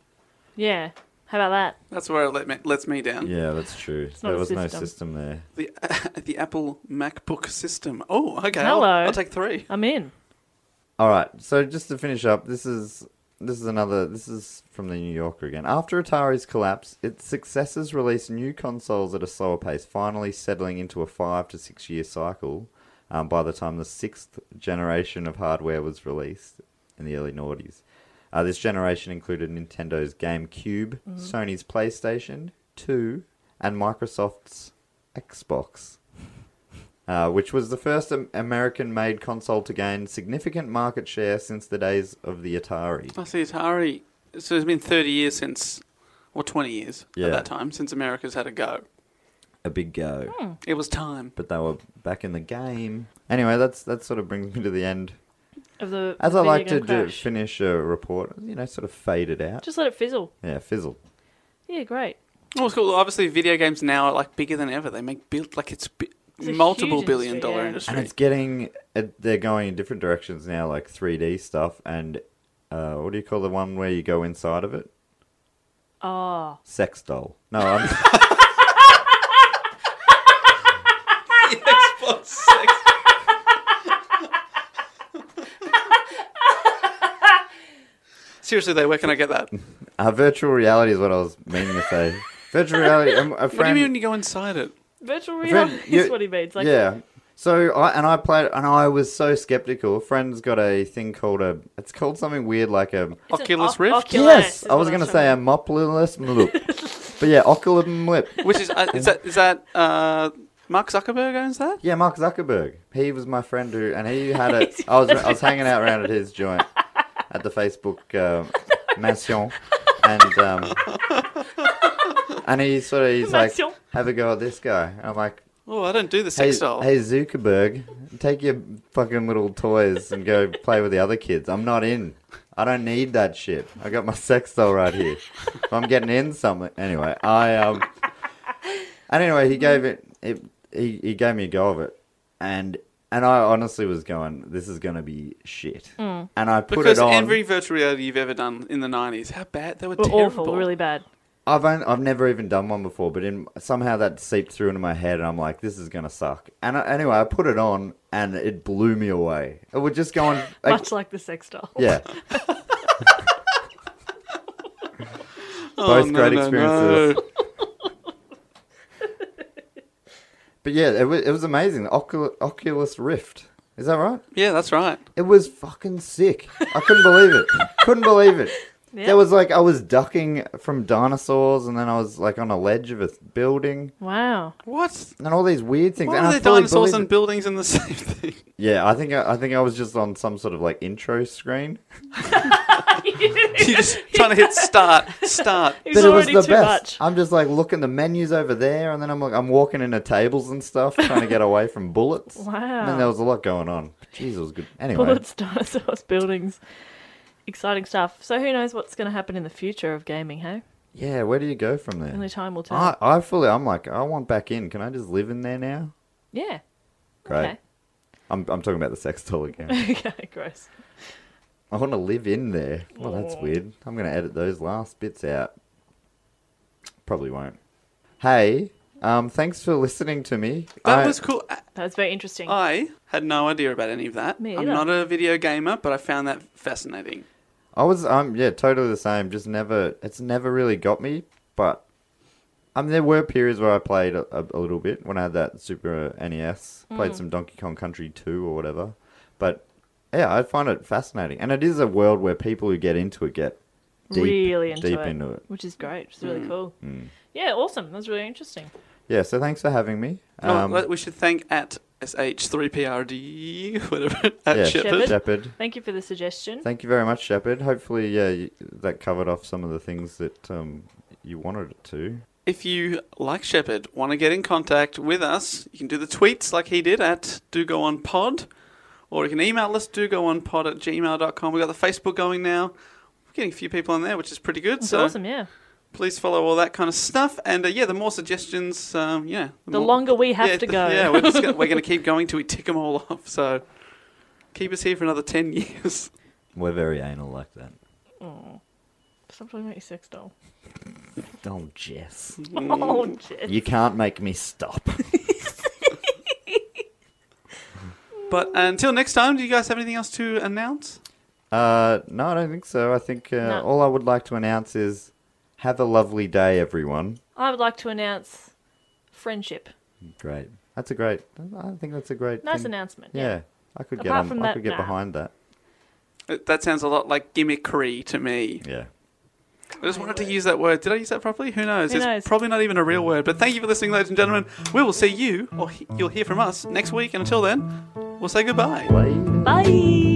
Speaker 4: How about that?
Speaker 5: That's where it let me, lets me down.
Speaker 1: Yeah, that's true.
Speaker 4: not
Speaker 1: there
Speaker 4: a
Speaker 1: was no
Speaker 4: system.
Speaker 1: system there.
Speaker 5: The, [laughs] the Apple MacBook system. Oh, okay. I'll-
Speaker 4: Hello.
Speaker 5: I'll take three.
Speaker 4: I'm in.
Speaker 1: All right. So just to finish up, this is this is another this is from the New Yorker again. After Atari's collapse, its successors released new consoles at a slower pace, finally settling into a 5 to 6 year cycle um, by the time the 6th generation of hardware was released in the early noughties. Uh, this generation included Nintendo's GameCube, Sony's PlayStation 2, and Microsoft's Xbox uh, which was the first American made console to gain significant market share since the days of the Atari.
Speaker 5: I see Atari. So it's been 30 years since, or 20 years
Speaker 1: Yeah.
Speaker 5: at that time, since America's had a go.
Speaker 1: a big go.
Speaker 5: It was time.
Speaker 1: But they were back in the game. Anyway, that's that sort of brings me to the end.
Speaker 4: Of the
Speaker 1: As I
Speaker 4: the video
Speaker 1: like to
Speaker 4: game
Speaker 1: do,
Speaker 4: crash.
Speaker 1: finish a report, you know, sort of fade it out.
Speaker 4: Just let it fizzle.
Speaker 1: Yeah, fizzle.
Speaker 4: Yeah, great.
Speaker 5: Oh, it's cool. Obviously, video games now are like bigger than ever. They make bil- like it's, bi-
Speaker 4: a
Speaker 5: multiple
Speaker 4: huge
Speaker 5: billion
Speaker 4: industry,
Speaker 5: dollar
Speaker 4: yeah.
Speaker 5: industry.
Speaker 1: And it's getting, it, they're going in different directions now, like 3D stuff and uh, what do you call the one where you go inside of it?
Speaker 4: Ah,
Speaker 1: Sex doll. No,
Speaker 5: [laughs]
Speaker 1: I'm,
Speaker 5: Seriously, though, where can I get that? What
Speaker 1: uh, virtual reality is what I was meaning to say. Virtual reality. um, A friend,
Speaker 5: do you mean when you go inside it?
Speaker 4: virtual
Speaker 1: a friend-
Speaker 4: reality [laughs] is
Speaker 1: you-
Speaker 4: what he means. Like,
Speaker 1: yeah. So I and I played and I was so skeptical. A friend's got a thing called a. It's called something weird like a.
Speaker 4: it's an
Speaker 5: Oculus
Speaker 4: oc-
Speaker 5: Rift?
Speaker 4: Oculus
Speaker 1: Yes,
Speaker 4: is
Speaker 1: I was
Speaker 4: what
Speaker 1: going to
Speaker 4: showing.
Speaker 1: say a moplilus
Speaker 4: [laughs]
Speaker 1: lip, but yeah, oculum lip.
Speaker 5: Which is uh, is that is that uh, Mark Zuckerberg owns that?
Speaker 1: Yeah, Mark Zuckerberg. He was my friend who, and he had it. I was I was hanging out around at his joint at the Facebook uh, mansion, and um, and he sort of he's like,
Speaker 4: Mansion.
Speaker 1: have a go at this guy. And I'm like,
Speaker 5: Oh, I don't do the
Speaker 1: hey,
Speaker 5: sex doll.
Speaker 1: hey Zuckerberg, take your fucking little toys and go play with the other kids. I'm not in. I don't need that shit. I got my sex doll right here. If I'm getting in something anyway. I um. And anyway, he gave it. it he he gave me a go of it, and and I honestly was going, this is gonna be shit. And I put
Speaker 5: Mm. because
Speaker 1: it on.
Speaker 5: every virtual reality you've ever done in the nineties, how bad they were,
Speaker 4: Were
Speaker 5: terrible.
Speaker 4: awful, really bad.
Speaker 1: I've only, I've never even done one before, but in somehow that seeped through into my head, and I'm like, this is gonna suck. And I, anyway, I put it on, and it blew me away. It would just go on. Like,
Speaker 4: Much like the sex doll.
Speaker 1: yeah.
Speaker 5: [laughs] Oh,
Speaker 1: Both
Speaker 5: no,
Speaker 1: great
Speaker 5: no,
Speaker 1: experiences. [laughs]
Speaker 5: no.
Speaker 1: But yeah, it was, it was amazing. The Ocul- Oculus Rift. Is that right?
Speaker 5: Yeah, that's right.
Speaker 1: It was fucking sick. I couldn't believe it. couldn't believe it.
Speaker 4: [laughs] Yeah.
Speaker 1: There was like I was ducking from dinosaurs, and then I was like on a ledge of a building,
Speaker 4: Wow.
Speaker 5: What?
Speaker 1: and all these weird things.
Speaker 5: Why
Speaker 1: and
Speaker 5: are
Speaker 1: I
Speaker 5: there
Speaker 1: fully
Speaker 5: dinosaurs
Speaker 1: believed
Speaker 5: and
Speaker 1: it.
Speaker 5: buildings in the [laughs] same thing?
Speaker 1: Yeah, I think I, I think I was just on some sort of like intro screen.
Speaker 5: You're just trying to hit start,
Speaker 4: [laughs]
Speaker 5: start.
Speaker 4: It was already too much.
Speaker 1: I'm just like looking the menus over there, and then I'm like I'm walking into tables and stuff, trying to get away from
Speaker 4: [laughs]
Speaker 1: bullets. And
Speaker 4: Wow.
Speaker 1: then there was a lot going on. Jeez, it was good. Anyway,
Speaker 4: Bullets, [laughs] dinosaurs, buildings. Exciting stuff. So who knows what's going to happen in the future of gaming, hey?
Speaker 1: yeah, where do you go from there?
Speaker 4: Only time will tell.
Speaker 1: I, I fully, I'm like, I want back in. Can I just live in there now?
Speaker 4: yeah. [laughs]
Speaker 1: Great.
Speaker 4: Okay.
Speaker 1: I'm, I'm talking about the sex doll
Speaker 5: [laughs]
Speaker 1: again.
Speaker 4: okay, gross.
Speaker 1: I want to live in there. Well, that's weird. I'm going to edit those last bits out. Probably won't. Hey, um, thanks for listening to me.
Speaker 5: That
Speaker 1: I-
Speaker 5: was cool. I-
Speaker 4: That's very interesting.
Speaker 5: I had no idea about any of that.
Speaker 4: Me
Speaker 5: I'm
Speaker 4: either.
Speaker 5: not a video gamer, but I found that fascinating.
Speaker 1: I was um yeah, totally the same. Just never it's never really got me, but um there were periods where I played a, a, a little bit when I had that Super NES, played
Speaker 4: Mm.
Speaker 1: some Donkey Kong Country 2 or whatever. But yeah, I find it fascinating. And it is a world where people who get into it get deep,
Speaker 4: really into,
Speaker 1: deep
Speaker 4: it,
Speaker 1: into it. Mm.
Speaker 4: which is great. It's
Speaker 5: Mm.
Speaker 4: really cool. Yeah, awesome. That was really interesting.
Speaker 1: Yeah, so thanks for having me.
Speaker 5: Oh,
Speaker 1: Um,
Speaker 5: let- we should thank at sh3prd, [laughs] whatever, at
Speaker 1: yeah,
Speaker 5: Shepherd.
Speaker 1: Shepherd.
Speaker 4: Thank you for the suggestion.
Speaker 1: Thank you very much, Shepherd. Hopefully, yeah, you, that covered off some of the things that um, you wanted it to.
Speaker 5: If you, like Shepherd, want to get in contact with us, you can do the tweets like he did at do go on pod, or you can email us do go on pod at gmail.com. We've got the Facebook going now. We're getting a few people on there, which is pretty good.
Speaker 4: That's
Speaker 5: so
Speaker 4: awesome, yeah.
Speaker 5: please follow all that kind of stuff. And uh, yeah, the more suggestions, um, yeah.
Speaker 4: The
Speaker 5: more-
Speaker 4: longer we have
Speaker 5: yeah,
Speaker 4: to
Speaker 5: [laughs] th-
Speaker 4: go.
Speaker 5: Yeah, we're, just gonna, we're going to keep going till we tick them all off. So keep us here for another 10 [laughs] years.
Speaker 1: We're very anal like that.
Speaker 4: [laughs] Stop talking about your sex doll.
Speaker 1: Oh, Jess.
Speaker 5: Mm.
Speaker 4: Oh, shit.
Speaker 1: You can't make me
Speaker 4: [laughs]
Speaker 1: stop.
Speaker 5: But uh, until next time, do you guys have anything else to announce?
Speaker 1: Uh, no, I don't think so. I think uh,
Speaker 4: No.
Speaker 1: all I would like to announce is have a lovely day, everyone.
Speaker 4: I would like to announce friendship.
Speaker 1: Great. That's a great. I think that's a great.
Speaker 4: Nice
Speaker 1: thing.
Speaker 4: announcement.
Speaker 1: Yeah, I could get
Speaker 4: Apart
Speaker 1: on.
Speaker 4: from
Speaker 1: I
Speaker 4: that,
Speaker 1: could get
Speaker 4: nah.
Speaker 1: behind that.
Speaker 5: Uh, That sounds a lot like gimmickry to me.
Speaker 1: Yeah.
Speaker 5: I just wanted to use that word. Did I use that properly? Who knows?
Speaker 4: Who
Speaker 5: it's
Speaker 4: knows?
Speaker 5: probably not even a real word. But thank you for listening, ladies and gentlemen. We will see you, or he- you'll hear from us next week. And until then, we'll say goodbye.
Speaker 1: Bye.
Speaker 4: Bye.